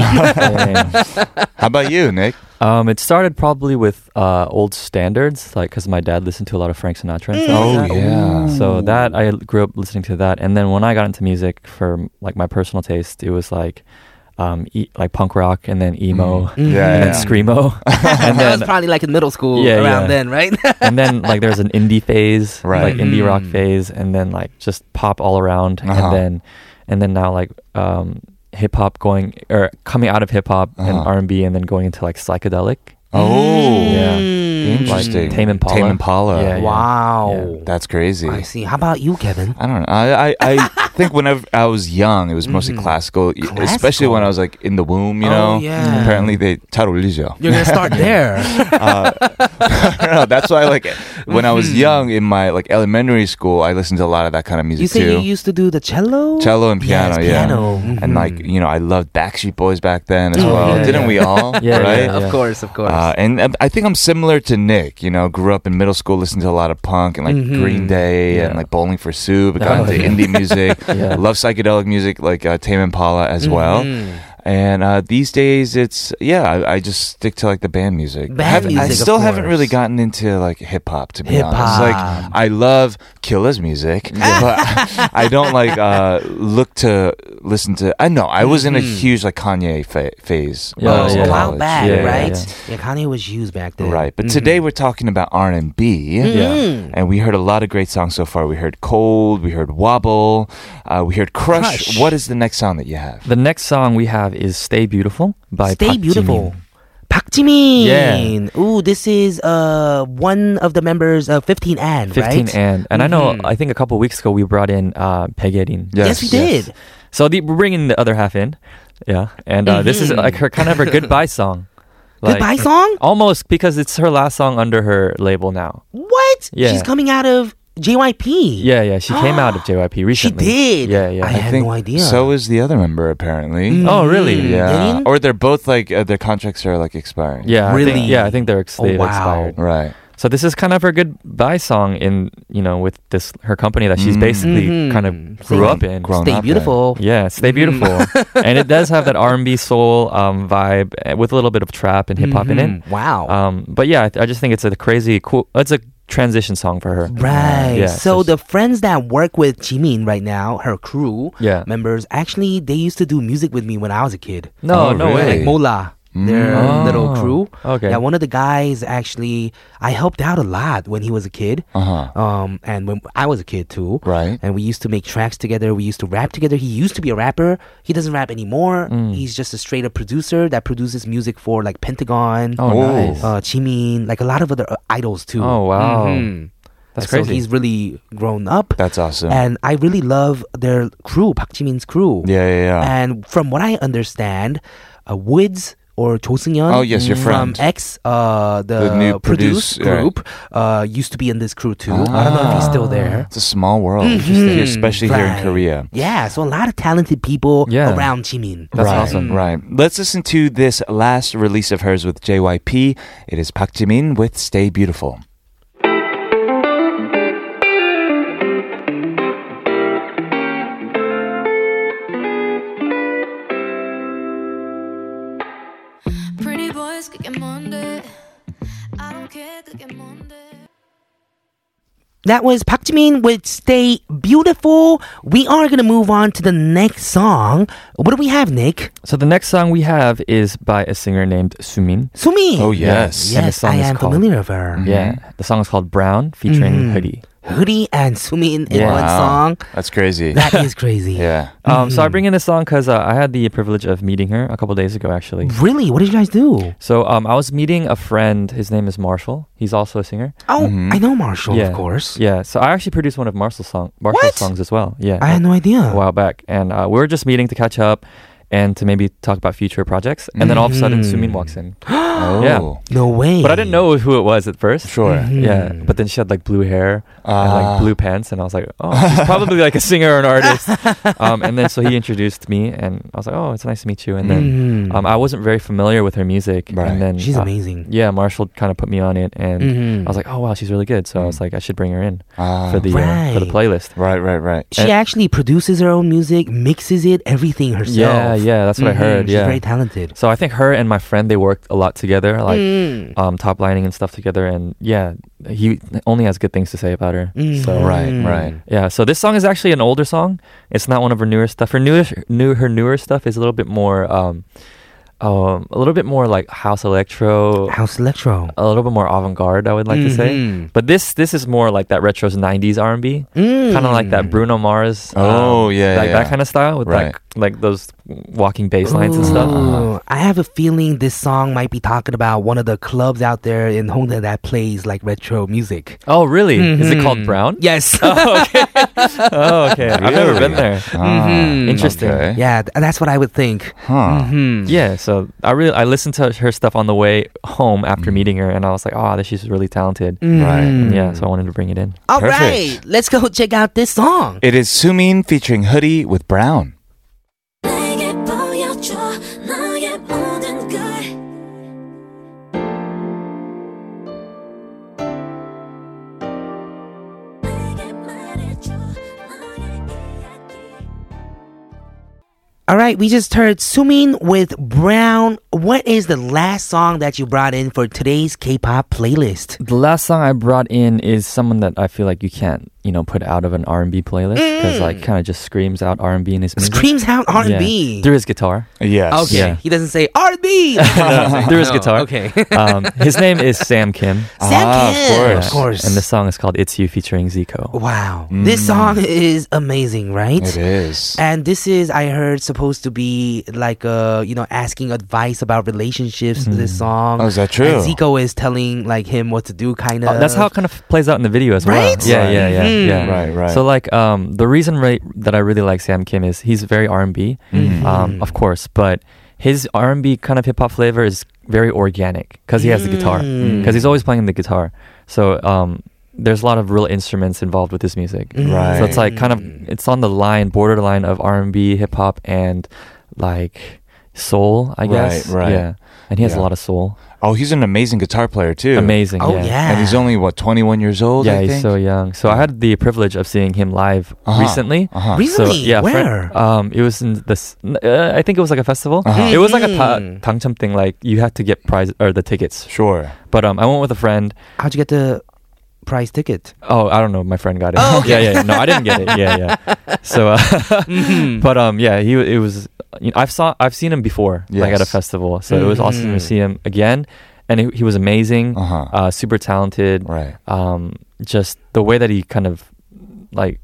Speaker 1: How about you, Nick?
Speaker 6: Um, it started probably with uh, old standards, like because my dad listened to a lot of Frank Sinatra. And stuff like
Speaker 1: Oh,
Speaker 6: that.
Speaker 1: yeah.
Speaker 6: So that I grew up listening to that, and then when I got into music for like my personal taste, it was like, um, e- like punk rock, and then emo, and
Speaker 1: Mm. Yeah.
Speaker 6: then screamo, and
Speaker 2: that was
Speaker 6: then
Speaker 2: probably like in middle school
Speaker 6: Yeah,
Speaker 2: around
Speaker 6: yeah.
Speaker 2: then, right?
Speaker 6: and then like there's an indie phase,
Speaker 1: Right.
Speaker 6: like indie rock
Speaker 2: Mm.
Speaker 6: phase, and then like just pop all around,
Speaker 1: Uh-huh.
Speaker 6: and then and then now like um, hip hop going or coming out of hip hop and
Speaker 1: Uh-huh.
Speaker 6: R and B, and then going into like psychedelic.
Speaker 1: Oh,
Speaker 6: Yeah.
Speaker 1: interesting.
Speaker 6: Like Tame Impala.
Speaker 1: Tame Impala.
Speaker 6: Yeah,
Speaker 2: Mm.
Speaker 6: yeah.
Speaker 2: Wow.
Speaker 6: Yeah.
Speaker 1: That's crazy.
Speaker 2: I see. How about you, Kevin?
Speaker 1: I don't know. I I, I think whenever I was young, it was mostly classical, y- especially when I was like in the womb. You
Speaker 2: Mm.
Speaker 1: know,
Speaker 2: Oh, yeah.
Speaker 1: apparently they 잘 어울리죠.
Speaker 2: You're gonna start there.
Speaker 1: I don't know. That's why, like, when I
Speaker 2: Mm-hmm.
Speaker 1: was young in my like elementary school, I listened to a lot of that kind of music
Speaker 2: you say
Speaker 1: too.
Speaker 2: you used to do the cello.
Speaker 1: Cello and piano,
Speaker 2: Yes,
Speaker 1: yeah,
Speaker 2: piano. Mm-hmm. Oh,
Speaker 1: and like you know, I loved Backstreet Boys back then as well.
Speaker 6: yeah,
Speaker 1: Didn't
Speaker 6: yeah.
Speaker 1: we all?
Speaker 6: Yeah,
Speaker 1: right?
Speaker 6: yeah,
Speaker 2: Of
Speaker 6: yeah.
Speaker 2: course, of course.
Speaker 1: Uh, and uh, I think I'm similar to Nick. You know, grew up in middle school, listened to a lot of punk and like
Speaker 2: Mm-hmm.
Speaker 1: Green Day and
Speaker 6: Yeah.
Speaker 1: like Bowling for Soup. Got
Speaker 6: Oh,
Speaker 1: into
Speaker 6: yeah.
Speaker 1: indie music.
Speaker 6: Yeah.
Speaker 1: Love psychedelic music like uh, Tame Impala as
Speaker 2: Mm-hmm.
Speaker 1: well. And uh, these days, it's yeah, I, I just stick to like the band music.
Speaker 2: Band
Speaker 1: I haven't- I
Speaker 2: music, of
Speaker 1: still haven't
Speaker 2: course.
Speaker 1: really gotten into like hip hop to be
Speaker 2: Hip
Speaker 1: honest. Like
Speaker 2: hop.
Speaker 1: I love Killa's music, but I don't like uh, look to listen to. I know I was in a
Speaker 2: Mm-hmm.
Speaker 1: huge like Kanye fa- phase. when I
Speaker 6: Yeah,
Speaker 1: was in
Speaker 2: oh, a while
Speaker 1: college.
Speaker 2: back,
Speaker 6: Yeah, yeah,
Speaker 2: right?
Speaker 6: yeah.
Speaker 2: Yeah, Kanye was used back then. Mm-hmm.
Speaker 1: Right, but today we're talking about R and B,
Speaker 6: Yeah.
Speaker 2: Mm.
Speaker 1: and we heard a lot of great songs so far. We heard "Cold," we heard "Wobble," uh, we heard Crush.
Speaker 2: Crush.
Speaker 1: What is the next song that you have?
Speaker 6: The next song we have is "Stay Beautiful" by
Speaker 2: Stay
Speaker 6: Park Ji-min.
Speaker 2: beautiful. Park Jimin. Yeah. Ooh, this is uh one of the members of 15 and
Speaker 6: 15
Speaker 2: right?
Speaker 6: and and I know
Speaker 2: Mhm.
Speaker 6: I think a couple weeks ago we brought in uh Pegerin.
Speaker 2: Yes, we did.
Speaker 6: So the, we're bringing the other half in. Yeah. And uh, this is like her kind of her goodbye song. Like,
Speaker 2: Mm-hmm. Goodbye song.
Speaker 6: Almost because it's her last song under her label now.
Speaker 2: What?
Speaker 6: Yeah.
Speaker 2: She's coming out of JYP.
Speaker 6: Yeah, yeah. She came out of JYP
Speaker 2: She
Speaker 6: recently.
Speaker 2: did.
Speaker 6: Yeah, yeah.
Speaker 2: I, had no idea. Mm.
Speaker 1: So is the other member apparently.
Speaker 6: Oh, really?
Speaker 1: Yeah,
Speaker 2: Yerin?
Speaker 1: or they're both like uh, their contracts are like expiring.
Speaker 6: Yeah. I
Speaker 2: Really?
Speaker 6: think, yeah, I think they're ex-
Speaker 2: Oh,
Speaker 6: they've
Speaker 2: wow.
Speaker 6: expired.
Speaker 1: right.
Speaker 6: So this is kind of her goodbye song in, you know, with this her company that she's basically
Speaker 2: Mhm.
Speaker 6: kind of grew up in.
Speaker 1: Grown
Speaker 2: Stay
Speaker 1: up in.
Speaker 2: beautiful.
Speaker 6: Yeah,
Speaker 2: Mm-hmm.
Speaker 6: stay beautiful, and it does have that R and B soul um, vibe eh, with a little bit of trap and hip hop in it.
Speaker 2: Mhm. Wow.
Speaker 6: Um, but yeah, I, th- I just think it's a crazy cool. It's a transition song for her.
Speaker 2: Right.
Speaker 6: Yeah,
Speaker 2: so the
Speaker 6: so
Speaker 2: friends that work with Jimin right now, her crew
Speaker 6: Yeah.
Speaker 2: members, actually they used to do music with me when I was a kid.
Speaker 1: Oh,
Speaker 6: No, no
Speaker 1: really?
Speaker 2: Like
Speaker 6: way.
Speaker 2: Mola, their
Speaker 6: Mm.
Speaker 2: little
Speaker 6: Oh,
Speaker 2: crew.
Speaker 6: okay.
Speaker 2: Yeah, one of the guys actually I helped out a lot when he was a kid.
Speaker 1: Uh huh.
Speaker 2: Um and when I was a kid too.
Speaker 1: Right.
Speaker 2: And we used to make tracks together. We used to rap together. He used to be a rapper. He doesn't rap anymore.
Speaker 1: Mm.
Speaker 2: He's just a straight up producer that produces music for like Pentagon,
Speaker 1: Oh.
Speaker 6: Oh, nice.
Speaker 2: uh, Jimin, like a lot of other uh, idols too.
Speaker 6: Oh, wow.
Speaker 2: Mhm.
Speaker 6: That's
Speaker 2: So
Speaker 6: crazy.
Speaker 2: he's really grown up.
Speaker 1: That's awesome.
Speaker 2: and I really love their crew, Park Jimin's crew.
Speaker 1: yeah, yeah, yeah.
Speaker 2: And from what I understand, uh, Woods or Cho Seung
Speaker 1: Oh, yes, your
Speaker 2: from
Speaker 1: friend.
Speaker 2: X, uh, the,
Speaker 1: The new
Speaker 2: produce,
Speaker 1: produce, right.
Speaker 2: group, uh, used to be in this crew too. I don't know if he's still
Speaker 1: Ah.
Speaker 2: there.
Speaker 1: it's a small world,
Speaker 6: Oh,
Speaker 2: Mhm.
Speaker 1: especially here in
Speaker 2: Right.
Speaker 1: Korea.
Speaker 2: Yeah, so a lot of talented people
Speaker 6: Yeah.
Speaker 2: around Jimin.
Speaker 6: That's
Speaker 1: right,
Speaker 2: Mm.
Speaker 6: awesome.
Speaker 1: Right. Let's listen to this last release of hers with JYP. It is Park Jimin with Stay Beautiful.
Speaker 2: That was Park Jimin with Stay Beautiful. We are going to move on to the next song. What do we have, Nick?
Speaker 6: So the next song we have is by a singer named Sumin.
Speaker 2: Sumi.
Speaker 1: Oh, yes.
Speaker 6: And the
Speaker 2: Yes,
Speaker 6: song
Speaker 2: I
Speaker 6: is
Speaker 2: am
Speaker 6: called-
Speaker 2: familiar Mm-hmm. with her.
Speaker 6: Yeah,
Speaker 1: Mm-hmm.
Speaker 6: the song is called Brown featuring Hoodie.
Speaker 2: Hoodie and Sumi in, in
Speaker 6: Yeah.
Speaker 2: one
Speaker 1: Wow.
Speaker 2: song.
Speaker 1: That's crazy.
Speaker 2: That is crazy.
Speaker 1: yeah.
Speaker 6: Um, So I
Speaker 2: Mm-hmm.
Speaker 6: bring in this song because uh, I had the privilege of meeting her a couple days ago, actually.
Speaker 2: Really? What did you guys do?
Speaker 6: So um, I was meeting a friend. His name is Marshall. He's also a singer.
Speaker 2: Oh,
Speaker 6: Mm-hmm.
Speaker 2: I know Marshall,
Speaker 6: Hmm? yeah,
Speaker 2: of course.
Speaker 6: Yeah. So I actually produced one of Marshall's song,
Speaker 2: What?
Speaker 6: Marshall's songs as well. Yeah.
Speaker 2: I had no idea.
Speaker 6: a while back, and uh, we were just meeting to catch up and to maybe talk about future projects. And then all of a sudden,
Speaker 2: Mm-hmm.
Speaker 6: Sumin walks in.
Speaker 1: Oh.
Speaker 6: Yeah.
Speaker 2: No way.
Speaker 6: But I didn't know who it was at first.
Speaker 1: Sure.
Speaker 2: Mm-hmm.
Speaker 1: Ah,
Speaker 6: Yeah, but then she had like blue hair and
Speaker 2: Ah.
Speaker 6: like blue pants, and I was like, oh, she's probably like a singer or an artist. Um, and then so he introduced me, and I was like, oh, it's nice to meet you. And then
Speaker 2: Mhm.
Speaker 6: um, I wasn't very familiar with her music,
Speaker 1: Right.
Speaker 6: and then
Speaker 2: She's
Speaker 6: uh,
Speaker 2: amazing.
Speaker 6: Yeah, Marshall kind of put me on it, and
Speaker 2: Mhm.
Speaker 6: I was like, oh wow, she's really good. So I was like, I should bring her in
Speaker 1: Ah.
Speaker 6: for the uh, for the
Speaker 2: Mm. Right.
Speaker 6: playlist.
Speaker 1: right, right, right.
Speaker 2: She
Speaker 6: and-
Speaker 2: actually produces her own music, mixes it, everything herself.
Speaker 6: Yeah, yeah, that's what
Speaker 2: Mhm.
Speaker 6: I heard.
Speaker 2: She's
Speaker 6: yeah,
Speaker 2: very talented.
Speaker 6: So I think her and my friend they worked a lot together, like
Speaker 2: Mm.
Speaker 6: um, top lining and stuff together. And yeah, he only has good things to say about her. So
Speaker 2: Mhm.
Speaker 1: Right, right.
Speaker 6: yeah, so this song is actually an older song. It's not one of her newer stuff. Her newer new her newer stuff is a little bit more um, um a little bit more like house electro,
Speaker 2: House Electro.
Speaker 6: a little bit more avant garde. I would like to say.
Speaker 2: Mhm.
Speaker 6: But this this is more like that retro '90s R&B,
Speaker 2: Mm.
Speaker 6: kind of like that Bruno Mars. um,
Speaker 1: Oh, yeah,
Speaker 6: like
Speaker 1: yeah.
Speaker 6: that kind of style with
Speaker 1: Right.
Speaker 6: like like those walking bass lines and stuff.
Speaker 2: Ooh, I have a feeling this song might be talking about one of the clubs out there in Hongdae that plays like retro music.
Speaker 6: Oh, really? Is it called
Speaker 2: Mhm.
Speaker 6: Brown?
Speaker 2: Yes.
Speaker 6: Oh, okay. I've never been there.
Speaker 1: Ah,
Speaker 6: Interesting.
Speaker 1: okay.
Speaker 2: Mm-hmm. yeah, th- that's what I would think.
Speaker 6: Ah.
Speaker 2: Mm-hmm.
Speaker 1: Huh.
Speaker 6: Yeah, so I really I listened to her stuff on the way home after meeting her, and I was like, oh, that she's really talented.
Speaker 2: Mm-hmm.
Speaker 1: Right.
Speaker 6: And yeah, so I wanted to bring it in.
Speaker 2: All
Speaker 1: Perfect.
Speaker 2: right, let's go check out this song.
Speaker 1: It is Sumin featuring Hoodie with Brown.
Speaker 7: 내게 보여줘 너의 모든 걸 내게 말해줘 너의 이야기
Speaker 2: All right, we just heard Sumin with Brown. What is the last song that you brought in for today's K-pop playlist?
Speaker 6: The last song I brought in is someone that I feel like you can't, you know, put out of an R&B playlist because like kind of just screams out R&B in his music.
Speaker 2: Screams out
Speaker 6: Yeah.
Speaker 2: R&B.
Speaker 6: through his guitar.
Speaker 1: Yes.
Speaker 2: Okay,
Speaker 6: Yeah.
Speaker 2: he doesn't say R&B.
Speaker 6: through his
Speaker 2: Oh,
Speaker 6: guitar.
Speaker 2: Okay.
Speaker 6: um, his name is Sam Kim.
Speaker 2: Sam
Speaker 1: Ah, of
Speaker 2: Kim.
Speaker 1: course.
Speaker 2: Of course.
Speaker 6: And the song is called "It's You" featuring Zico.
Speaker 2: Wow.
Speaker 6: Mm.
Speaker 2: This song is amazing, right?
Speaker 1: It is.
Speaker 2: And this is, I heard, supposed to be like, uh, you know, asking advice about relationships.
Speaker 6: Mm-hmm.
Speaker 2: This song.
Speaker 1: Oh, is that true?
Speaker 2: And Zico is telling like him what to do, Mm. kind of.
Speaker 6: Uh, that's how it kind of plays out in the video as well.
Speaker 2: Right?
Speaker 6: Yeah, yeah, yeah,
Speaker 2: Mhm.
Speaker 6: yeah.
Speaker 1: Right, right.
Speaker 6: So like, um, the reason right, that I really like Sam Kim is he's very R and B,
Speaker 1: Mm-hmm.
Speaker 2: Hmm.
Speaker 6: um, of course, but his R and B kind of hip hop flavor is very organic because he has the
Speaker 2: Hmm.
Speaker 6: guitar,
Speaker 2: Mm.
Speaker 6: because he's always playing the guitar. So um, there's a lot of real instruments involved with his music.
Speaker 2: Hmm.
Speaker 1: Right.
Speaker 2: Mm.
Speaker 6: So it's like kind of it's on the line, borderline of R and B, hip hop, and like soul, I guess.
Speaker 1: Right, right.
Speaker 6: Yeah. And he has a
Speaker 1: Yeah.
Speaker 6: lot of soul.
Speaker 1: Oh, he's an amazing guitar player too.
Speaker 6: Amazing.
Speaker 2: Oh yeah.
Speaker 6: yeah.
Speaker 1: And he's only what 21 years old.
Speaker 6: Yeah,
Speaker 1: I
Speaker 6: he's
Speaker 1: think?
Speaker 6: so young. So I had the privilege of seeing him live
Speaker 1: Uh-huh.
Speaker 6: recently.
Speaker 1: Uh-huh.
Speaker 2: Recently?
Speaker 6: So, yeah,
Speaker 2: Where?
Speaker 6: friend- um, it was in this. Uh, I think it was like a festival.
Speaker 1: Uh-huh.
Speaker 6: It was like a ta-
Speaker 2: Mhm.
Speaker 6: tangcham thing. Like you had to get prize or the tickets.
Speaker 1: Sure.
Speaker 6: But um, I went with a friend.
Speaker 2: How'd you get the prize ticket?
Speaker 6: Oh, I don't know. My friend got it. yeah, yeah. No, I didn't get it. Yeah, yeah. So, uh, but um, yeah, he it was. You know, I've saw I've seen him before, like at a
Speaker 1: Yes.
Speaker 6: festival. So it was awesome
Speaker 2: Mhm.
Speaker 6: to see him again, and he, he was amazing.
Speaker 1: Uh-huh.
Speaker 6: Uh, super talented.
Speaker 1: Right.
Speaker 6: um, just the way that he kind of like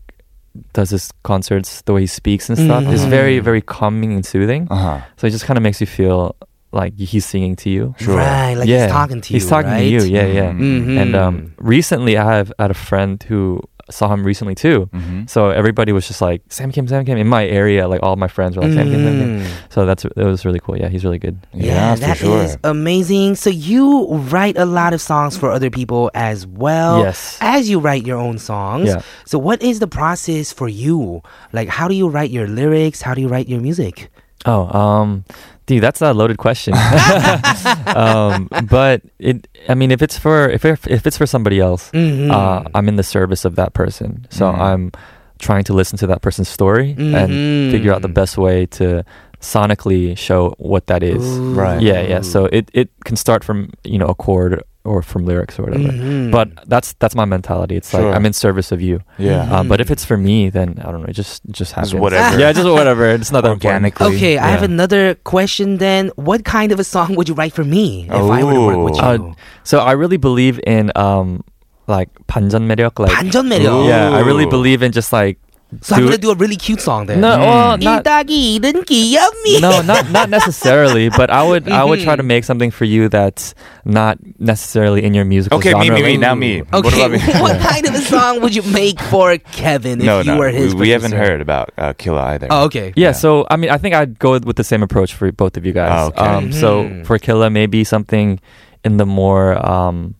Speaker 6: does his concerts, the way he speaks and stuff
Speaker 2: Mm-hmm.
Speaker 6: is very, very calming and soothing.
Speaker 1: Uh huh.
Speaker 6: So it just kind of makes you feel like he's singing to you.
Speaker 1: Sure.
Speaker 2: Right. Like he's talking to you.
Speaker 6: He's talking to
Speaker 2: right?
Speaker 6: you. Yeah, yeah.
Speaker 1: Mm-hmm.
Speaker 2: Mhm.
Speaker 6: And um, recently, I have had a friend who saw him recently too.
Speaker 1: Mm-hmm.
Speaker 6: So everybody was just like Sam Kim, Sam Kim in my area. Like all my friends were like Sam Kim, Sam Kim.
Speaker 2: Mm.
Speaker 6: So that's it was really cool. Yeah, he's really good.
Speaker 1: Yeah,
Speaker 2: that is uh,
Speaker 1: for sure.
Speaker 2: amazing. So you write a lot of songs for other people as well.
Speaker 6: Yes.
Speaker 2: As you write your own songs.
Speaker 6: Yeah.
Speaker 2: So what is the process for you? Like how do you write your lyrics? How do you write your music?
Speaker 6: Oh, um, dude, that's a loaded question. um, but it, I mean, if it's for if it, if it's for somebody else,
Speaker 1: Mm.
Speaker 6: uh, I'm in the service of that person, so I'm trying to listen to that person's story
Speaker 1: Mm-hmm.
Speaker 6: and figure out the best way to sonically show what that is.
Speaker 1: Right.
Speaker 6: Yeah, yeah. So it it can start from you know a chord or from lyrics or whatever.
Speaker 2: Mhm.
Speaker 6: But that's that's my mentality. It's
Speaker 1: Mm-hmm. Sure.
Speaker 6: like I'm in service of you.
Speaker 1: Yeah.
Speaker 6: Uh, but if it's for me, then I don't know. It just it just happens.
Speaker 1: whatever.
Speaker 6: yeah, just whatever. It's not that important.
Speaker 1: organically.
Speaker 2: Okay, I have
Speaker 6: Yeah.
Speaker 2: another question then. What kind of a song would you write for me if I were to work with
Speaker 1: Oh.
Speaker 2: you?
Speaker 6: Uh, so I really believe in um like 반전 매력, like
Speaker 2: 반전 매력.
Speaker 6: yeah. I really
Speaker 1: Ooh.
Speaker 6: believe in just like
Speaker 2: So I'm
Speaker 6: do
Speaker 2: gonna
Speaker 6: it-
Speaker 2: do a really cute song then.
Speaker 6: no, well,
Speaker 2: 일
Speaker 6: Mm. not
Speaker 2: 더하기 일은 귀염이.
Speaker 6: no, not not necessarily. But I would I would try to make something for you that's not necessarily in your musical
Speaker 1: Okay, me,
Speaker 6: genre.
Speaker 1: me, me.
Speaker 6: like-
Speaker 1: Now me. What
Speaker 2: Okay,
Speaker 1: about me?
Speaker 2: what, kind of a song would you make for Kevin if
Speaker 1: no, no.
Speaker 2: you were his
Speaker 1: we, we haven't
Speaker 2: producer?
Speaker 1: heard about uh, Killa either.
Speaker 2: Oh, okay.
Speaker 6: Yeah, so I mean, I think I'd go with the same approach for both of you
Speaker 1: Oh,
Speaker 6: guys.
Speaker 1: okay.
Speaker 6: um, so
Speaker 2: Mhm.
Speaker 6: for Killa, maybe something in the more, um,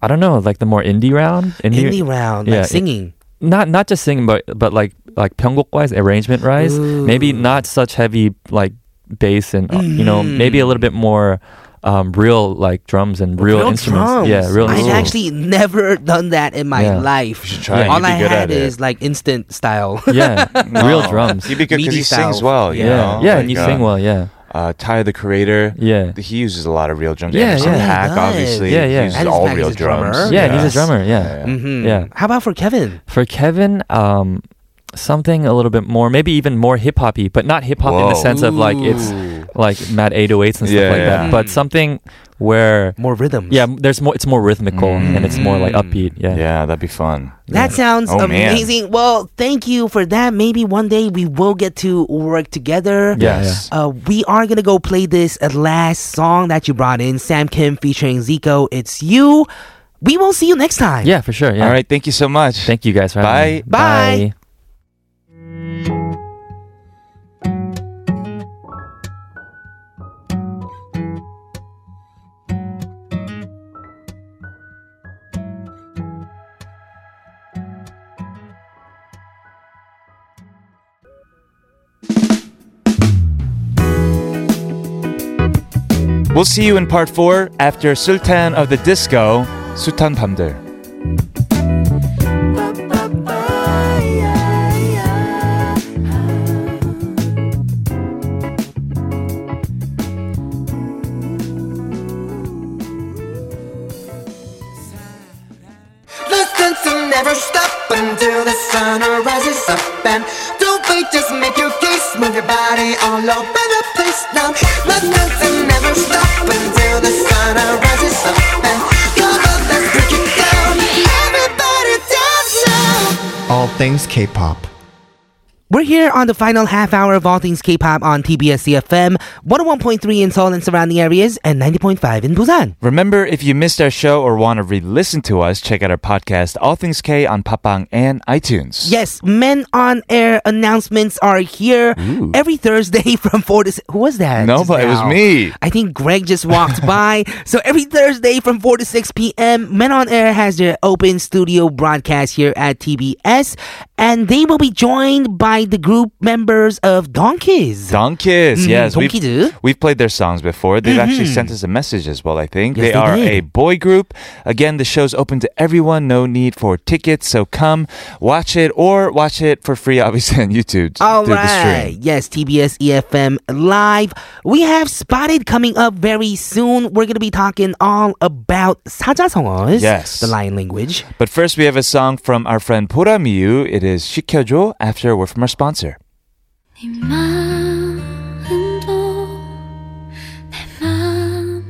Speaker 6: I don't know, like the more indie round,
Speaker 2: Indie round,
Speaker 6: Yeah,
Speaker 2: like singing.
Speaker 6: not not just singing, but but like like 편곡 wise, arrangement wise, maybe not such heavy like bass and uh, you know maybe a little bit more um, real like drums and real,
Speaker 2: drums.
Speaker 6: instruments. Yeah, real
Speaker 2: I've
Speaker 6: instruments.
Speaker 2: actually never done that in my
Speaker 6: Yeah.
Speaker 2: life.
Speaker 1: try it.
Speaker 2: All
Speaker 1: You'd
Speaker 2: I
Speaker 1: be good
Speaker 2: had
Speaker 1: at it.
Speaker 2: is like instant style.
Speaker 6: yeah, real
Speaker 1: No.
Speaker 6: drums.
Speaker 1: You'd be good because he
Speaker 2: Meaty
Speaker 1: sings
Speaker 2: style.
Speaker 1: well. You
Speaker 6: yeah,
Speaker 1: know?
Speaker 6: Oh. yeah,
Speaker 1: Like,
Speaker 6: and you
Speaker 1: uh,
Speaker 6: sing well. Yeah,
Speaker 1: Uh, Ty the creator.
Speaker 6: yeah.
Speaker 1: He uses a lot of real drums.
Speaker 6: Yeah,
Speaker 1: Anderson
Speaker 6: yeah.
Speaker 1: Paak,
Speaker 2: Nice.
Speaker 1: obviously.
Speaker 6: Yeah, yeah.
Speaker 1: He uses
Speaker 2: Anderson
Speaker 1: all
Speaker 2: Paak
Speaker 1: real
Speaker 2: is a drummer.
Speaker 1: drums.
Speaker 6: Yeah, and he's a
Speaker 1: Yes.
Speaker 6: drummer. Mm-hmm. Yeah.
Speaker 2: hmm
Speaker 6: Yeah.
Speaker 2: How about for Kevin?
Speaker 6: For Kevin, um, something a little bit more, maybe even more hip hoppy, but not hip hop in the
Speaker 1: Whoa.
Speaker 6: sense of like it's
Speaker 1: Ooh.
Speaker 6: like mad 808s and stuff
Speaker 1: Yeah,
Speaker 6: like
Speaker 1: yeah.
Speaker 6: that, but something where
Speaker 2: More rhythms.
Speaker 6: yeah, there's more. It's more rhythmical and it's more like upbeat. Yeah.
Speaker 1: Mm. Yeah, that'd be fun.
Speaker 2: That sounds
Speaker 1: Oh, man.
Speaker 2: amazing. Well, thank you for that. Maybe one day we will get to work together.
Speaker 6: Yeah,
Speaker 1: Yes.
Speaker 2: Uh, we are gonna go play this uh, last song that you brought in, Sam Kim featuring Zico. It's you. We will see you next time.
Speaker 6: Yeah, for sure. Yeah.
Speaker 1: All right. Thank you so much.
Speaker 6: Thank you guys for having
Speaker 1: Bye.
Speaker 6: me.
Speaker 2: Bye.
Speaker 6: Bye.
Speaker 1: We'll see you in part four after Sultan of the Disco, Sultan Pamder.
Speaker 4: Listen to never stop until the sun rises up and don't wait, just make your case, move your body all over the place now. Listen to never stop until the sun rises up and come on, let's break it down. Everybody dance now. All things K-pop.
Speaker 2: We're here on the final half hour of all things K-pop on TBS CFM, 101.3 in Seoul and surrounding areas, and 90.5 in Busan.
Speaker 1: Remember, if you missed our show or want to re-listen to us, check out our podcast All Things K on Papang and iTunes.
Speaker 2: Yes, men on air announcements are here every Thursday from four to. si- Who was that?
Speaker 1: No,
Speaker 2: just
Speaker 1: but it was
Speaker 2: now?
Speaker 1: me.
Speaker 2: I think Greg just walked by. So every Thursday from 4 to 6 p.m., Men on Air has their open studio broadcast here at TBS. And they will be joined by the group members of Donkeys.
Speaker 1: Donkeys,
Speaker 2: Mhm,
Speaker 1: yes.
Speaker 2: Donkeys.
Speaker 1: We've, we've played their songs before. They've actually sent us a message as well, I think.
Speaker 2: Mm-hmm. Yes,
Speaker 1: they,
Speaker 2: they
Speaker 1: are
Speaker 2: did.
Speaker 1: a boy group. Again, the show's open to everyone. No need for tickets. So come watch it or watch it for free, obviously, on YouTube
Speaker 2: All
Speaker 1: through the
Speaker 2: right.
Speaker 1: stream.
Speaker 2: Yes, TBS EFM E Live. We have Spotted coming up very soon. We're going to be talking all about 사자성어s.
Speaker 1: Yes.
Speaker 2: The lion language.
Speaker 1: But first, we have a song from our friend Pura Miu. It is Shikyojo after a word from our sponsor.
Speaker 7: 네 마음도 내 마음처럼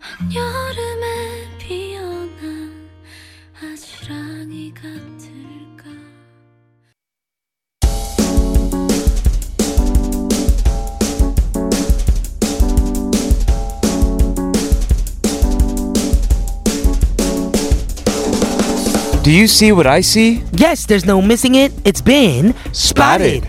Speaker 7: 한여름에 피어난 아지랑이 같을까
Speaker 1: Do you see what I see?
Speaker 2: Yes, there's no missing it. It's been Spotted.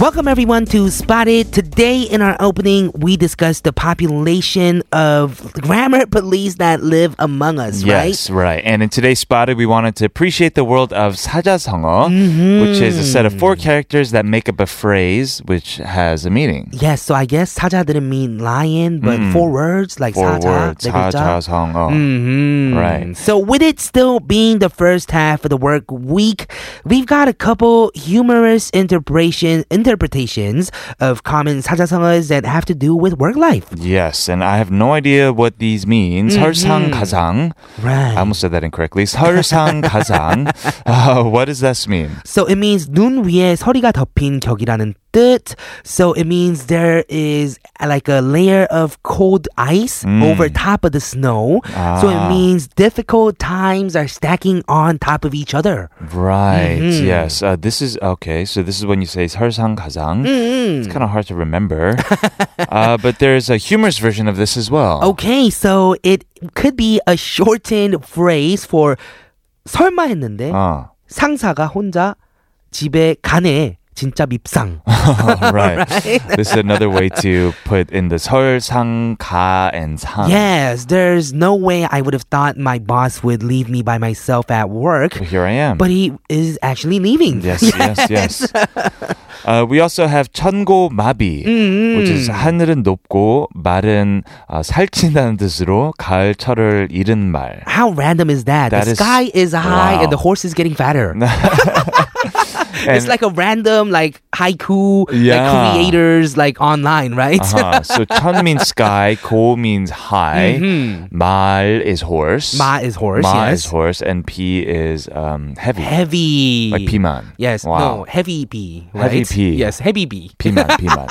Speaker 2: Welcome everyone to Spotted. Today in our opening, we discussed the population of grammar police that live among us, right?
Speaker 1: Yes, right. And in today's Spotted, we wanted to appreciate the world of 사자성어,
Speaker 2: Mm-hmm.
Speaker 1: which is a set of four characters that make up a phrase which has a meaning.
Speaker 2: Yes, so I guess 사자 didn't mean lion, but four words like
Speaker 1: Hmm. Four
Speaker 2: 사자,
Speaker 1: words,
Speaker 2: 대글자.
Speaker 1: 사자성어.
Speaker 2: Mhm.
Speaker 1: Right.
Speaker 2: So with it still being the first half of the work week, we've got a couple humorous interpretation interpretations of common 사자성어s that have to do with work life.
Speaker 1: Yes, and I have no idea what these means.
Speaker 2: Mm-hmm.
Speaker 1: 설상 가상.
Speaker 2: Right.
Speaker 1: I almost said that incorrectly. 설상 가상. Uh, what does this mean?
Speaker 2: So it means 눈 위에 서리가 덮인 격이라는 뜻. So it means there is like a layer of cold ice over top of the snow. So it means difficult times are stacking on top of each other.
Speaker 1: Ah, Right.
Speaker 2: Mm-hmm.
Speaker 1: Yes. Uh, this is okay. So this is when you say 설상 가상.
Speaker 2: Mm-hmm.
Speaker 1: It's kind of hard to remember. uh, but there's a humorous version of this as well.
Speaker 2: Okay, so it could be a shortened phrase for 설마 했는데
Speaker 1: Uh,
Speaker 2: 상사가 혼자 집에 가네. 진짜 밉상.
Speaker 1: right. This is another way to put in the 설상 가 and 상.
Speaker 2: Yes, there's no way I would have thought my boss would leave me by myself at work.
Speaker 1: But Here I am.
Speaker 2: but he is actually leaving.
Speaker 1: Yes, yes, yes. uh, we also have 천고 마비,
Speaker 2: Mm-hmm.
Speaker 1: which is 하늘은 높고 말은 아, 살찐다는 뜻으로 가을 철을 잃은 말.
Speaker 2: How random is that?
Speaker 1: That
Speaker 2: the
Speaker 1: is-
Speaker 2: sky is high
Speaker 1: wow.
Speaker 2: and the horse is getting fatter. it's
Speaker 1: And-
Speaker 2: like a random like haiku
Speaker 1: Yeah.
Speaker 2: like creators like online, right?
Speaker 1: Uh-huh. So chun means sky, go means high, mal is horse,
Speaker 2: Mm-hmm. Ma is horse.
Speaker 1: ma is
Speaker 2: yes.
Speaker 1: horse, and p is um, heavy,
Speaker 2: Heavy.
Speaker 1: like piman.
Speaker 2: Yes. No.
Speaker 1: Wow.
Speaker 2: Heavy B. Right?
Speaker 1: Heavy P.
Speaker 2: Yes. Heavy B.
Speaker 1: Piman, piman.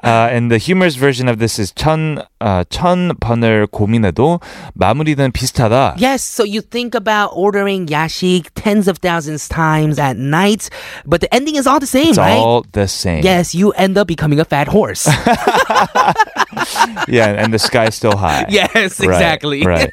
Speaker 1: uh, and the humorous version of this is 천, uh, 천 번을 고민해도 마무리는 비슷하다.
Speaker 2: Yes, so you think about ordering yashik tens of thousands times at night, but the ending is all the same,
Speaker 1: It's
Speaker 2: right?
Speaker 1: all the same.
Speaker 2: yes, you end up becoming a fat horse.
Speaker 1: Yeah, and the sky's still high.
Speaker 2: yes,
Speaker 1: Right,
Speaker 2: exactly.
Speaker 1: Right.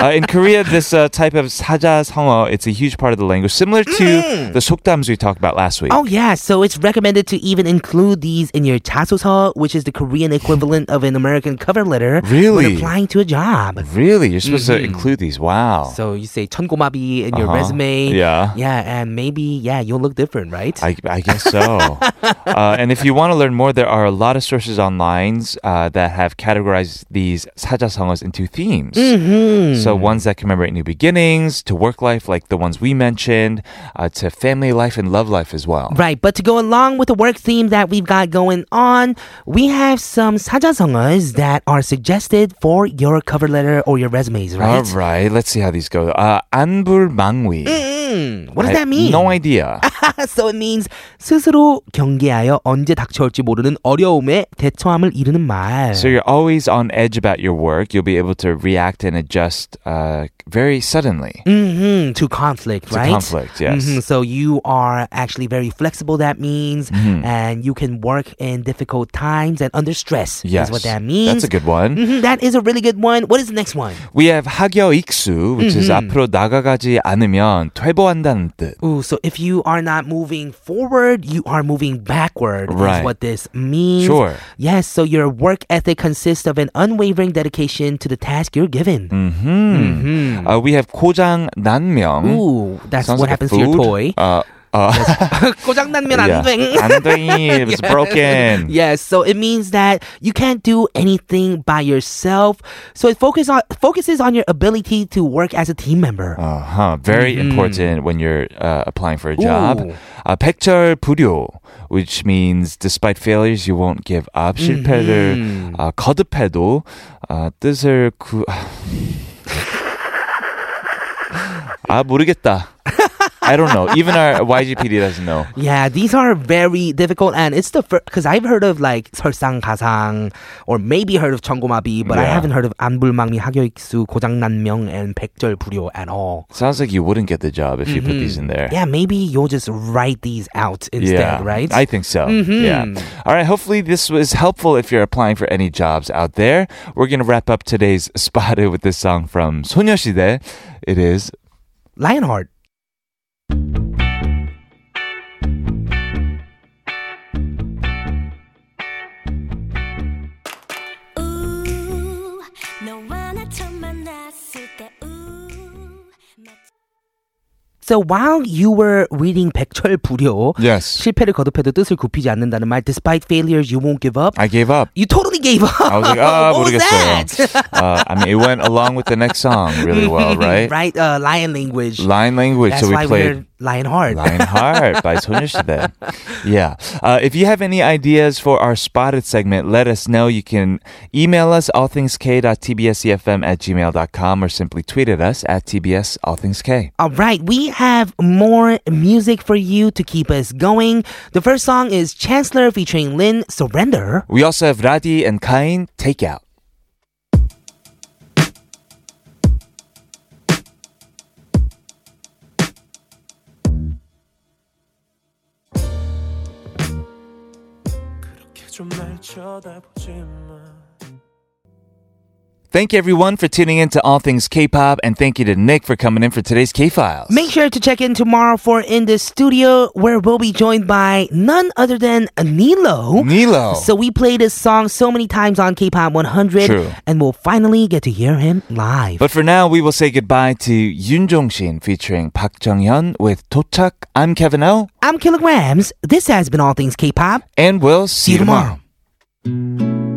Speaker 1: Uh, in Korea, this uh, type of 사자성어, it's a huge part of the language, similar to the 속담s we talked about last week.
Speaker 2: Mm-hmm. Oh yeah, so it's recommended to even include these in your 자소서, which is the Korean equivalent of an American cover letter. When
Speaker 1: Really?
Speaker 2: applying to a job.
Speaker 1: Really? You're supposed
Speaker 2: Mm-hmm.
Speaker 1: to include these. Wow.
Speaker 2: So you say 천고마비 in your
Speaker 1: Uh-huh.
Speaker 2: resume.
Speaker 1: Yeah.
Speaker 2: Yeah, and maybe yeah, you'll look different, right?
Speaker 1: I, I guess so. uh, and if you want to learn more, there are a lot of sources online uh, that have categorized these 사자성어s into themes.
Speaker 2: Mm-hmm.
Speaker 1: So ones that commemorate new beginnings, to work life, like the ones we mentioned, uh, to family life and love life as well.
Speaker 2: Right, but to go along with the work theme that we've got going on, we have some 사자성어s that are suggested for your cover letter or your resumes, right?
Speaker 1: All right, let's see how these go. Uh, 안불망위.
Speaker 2: Mm, what does
Speaker 1: I
Speaker 2: that
Speaker 1: have
Speaker 2: mean? Ah.
Speaker 1: No idea.
Speaker 2: so it means 스스로 경계하여 언제 닥쳐올지 모르는 어려움에 대처함을 이루는 말.
Speaker 1: so you're always on edge about your work. You'll be able to react and adjust uh, very suddenly.
Speaker 2: hmm to conflict,
Speaker 1: To
Speaker 2: right?
Speaker 1: conflict, yes.
Speaker 2: Mhm, So you are actually very flexible. That means,
Speaker 1: Mm-hmm.
Speaker 2: and you can work in difficult times and under stress.
Speaker 1: Yes,
Speaker 2: is what that means.
Speaker 1: That's a good one.
Speaker 2: Mhm, that is a really good one. What is the next one?
Speaker 1: We have 학여 익수, which is
Speaker 2: Mm-hmm.
Speaker 1: 앞으로 나가가지 않으면 퇴보한다는 뜻.
Speaker 2: Ooh, so if you are not moving forward, you are moving backward. Is
Speaker 1: Right.
Speaker 2: what this means.
Speaker 1: Sure.
Speaker 2: Yes. So your work ethic consists of an unwavering dedication to the task you're given.
Speaker 1: Mm-hmm. Uh, we have 고장 난명.
Speaker 2: Mm-hmm. Ooh, that's
Speaker 1: Sounds
Speaker 2: what
Speaker 1: like a
Speaker 2: happens to your
Speaker 1: food.
Speaker 2: toy.
Speaker 1: Uh, uh,
Speaker 2: 고장난면
Speaker 1: yeah.
Speaker 2: 안 돼.
Speaker 1: 안돼, it was broken.
Speaker 2: Yes, so it means that you can't do anything by yourself. So it focus on focuses on your ability to work as a team member.
Speaker 1: Uh huh. Very important when you're uh, applying for a
Speaker 2: Mm-hmm. Ooh.
Speaker 1: job. Uh, 백절 불요, which means despite failures you won't give up.
Speaker 2: Mm-hmm.
Speaker 1: 실패를 uh, 거듭해도 uh, 뜻을 구. 아 모르겠다. I don't know. Even our YGPD doesn't know.
Speaker 2: Yeah, these are very difficult, and it's the first because I've heard of like 설상 가상 or maybe heard of 청고마비, but I
Speaker 1: Yeah.
Speaker 2: haven't heard of 안불망미 하교익수 고장난명 and 백절부료 at all. Mm-hmm.
Speaker 1: Sounds like you wouldn't get the job if you put these in there.
Speaker 2: Yeah, maybe you'll just write these out instead, right? Mm-hmm.
Speaker 1: I think so. Yeah. All right. Hopefully, this was helpful if you're applying for any jobs out there. We're going to wrap up today's Spotted with this song from 소녀시대. It is
Speaker 2: Lionheart. So while you were reading 백철부려,
Speaker 1: Yes.
Speaker 2: 실패를 거듭해도 뜻을 굽히지 않는다는 말. Despite failures, you won't give up.
Speaker 1: I gave up.
Speaker 2: you totally gave up.
Speaker 1: I was like, ah,
Speaker 2: what was
Speaker 1: 모르겠어요.
Speaker 2: that?
Speaker 1: uh, I mean, it went along with the next song really well, right?
Speaker 2: right, uh, lion language.
Speaker 1: Lion language.
Speaker 2: That's
Speaker 1: so we
Speaker 2: why
Speaker 1: played.
Speaker 2: we're lion heart.
Speaker 1: Lionheart by Soyeoshide. Yeah. Uh, if you have any ideas for our spotted segment, let us know. You can email us allthingsk.tbscfm at gmail.com or simply tweet at us at tbs all things k.
Speaker 2: All right, we have more music for you to keep us going. The first song is Chancellor featuring Lin Surrender.
Speaker 1: We also have Radi and Kain Takeout. Thank you everyone for tuning in to All Things K-pop and thank you to Nick for coming in for today's K-Files.
Speaker 2: Make sure to check in tomorrow for In the Studio, where we'll be joined by none other than Nilo.
Speaker 1: Nilo.
Speaker 2: So we played this song so many times on K-pop 100,
Speaker 1: True.
Speaker 2: and we'll finally get to hear him live.
Speaker 1: But for now, we will say goodbye to Yoon Jong-shin featuring Park Jung-hyun with Tochak. I'm Kevin O,
Speaker 2: I'm Kilograms. This has been All Things K-pop.
Speaker 1: and we'll see,
Speaker 2: See you tomorrow.
Speaker 1: tomorrow.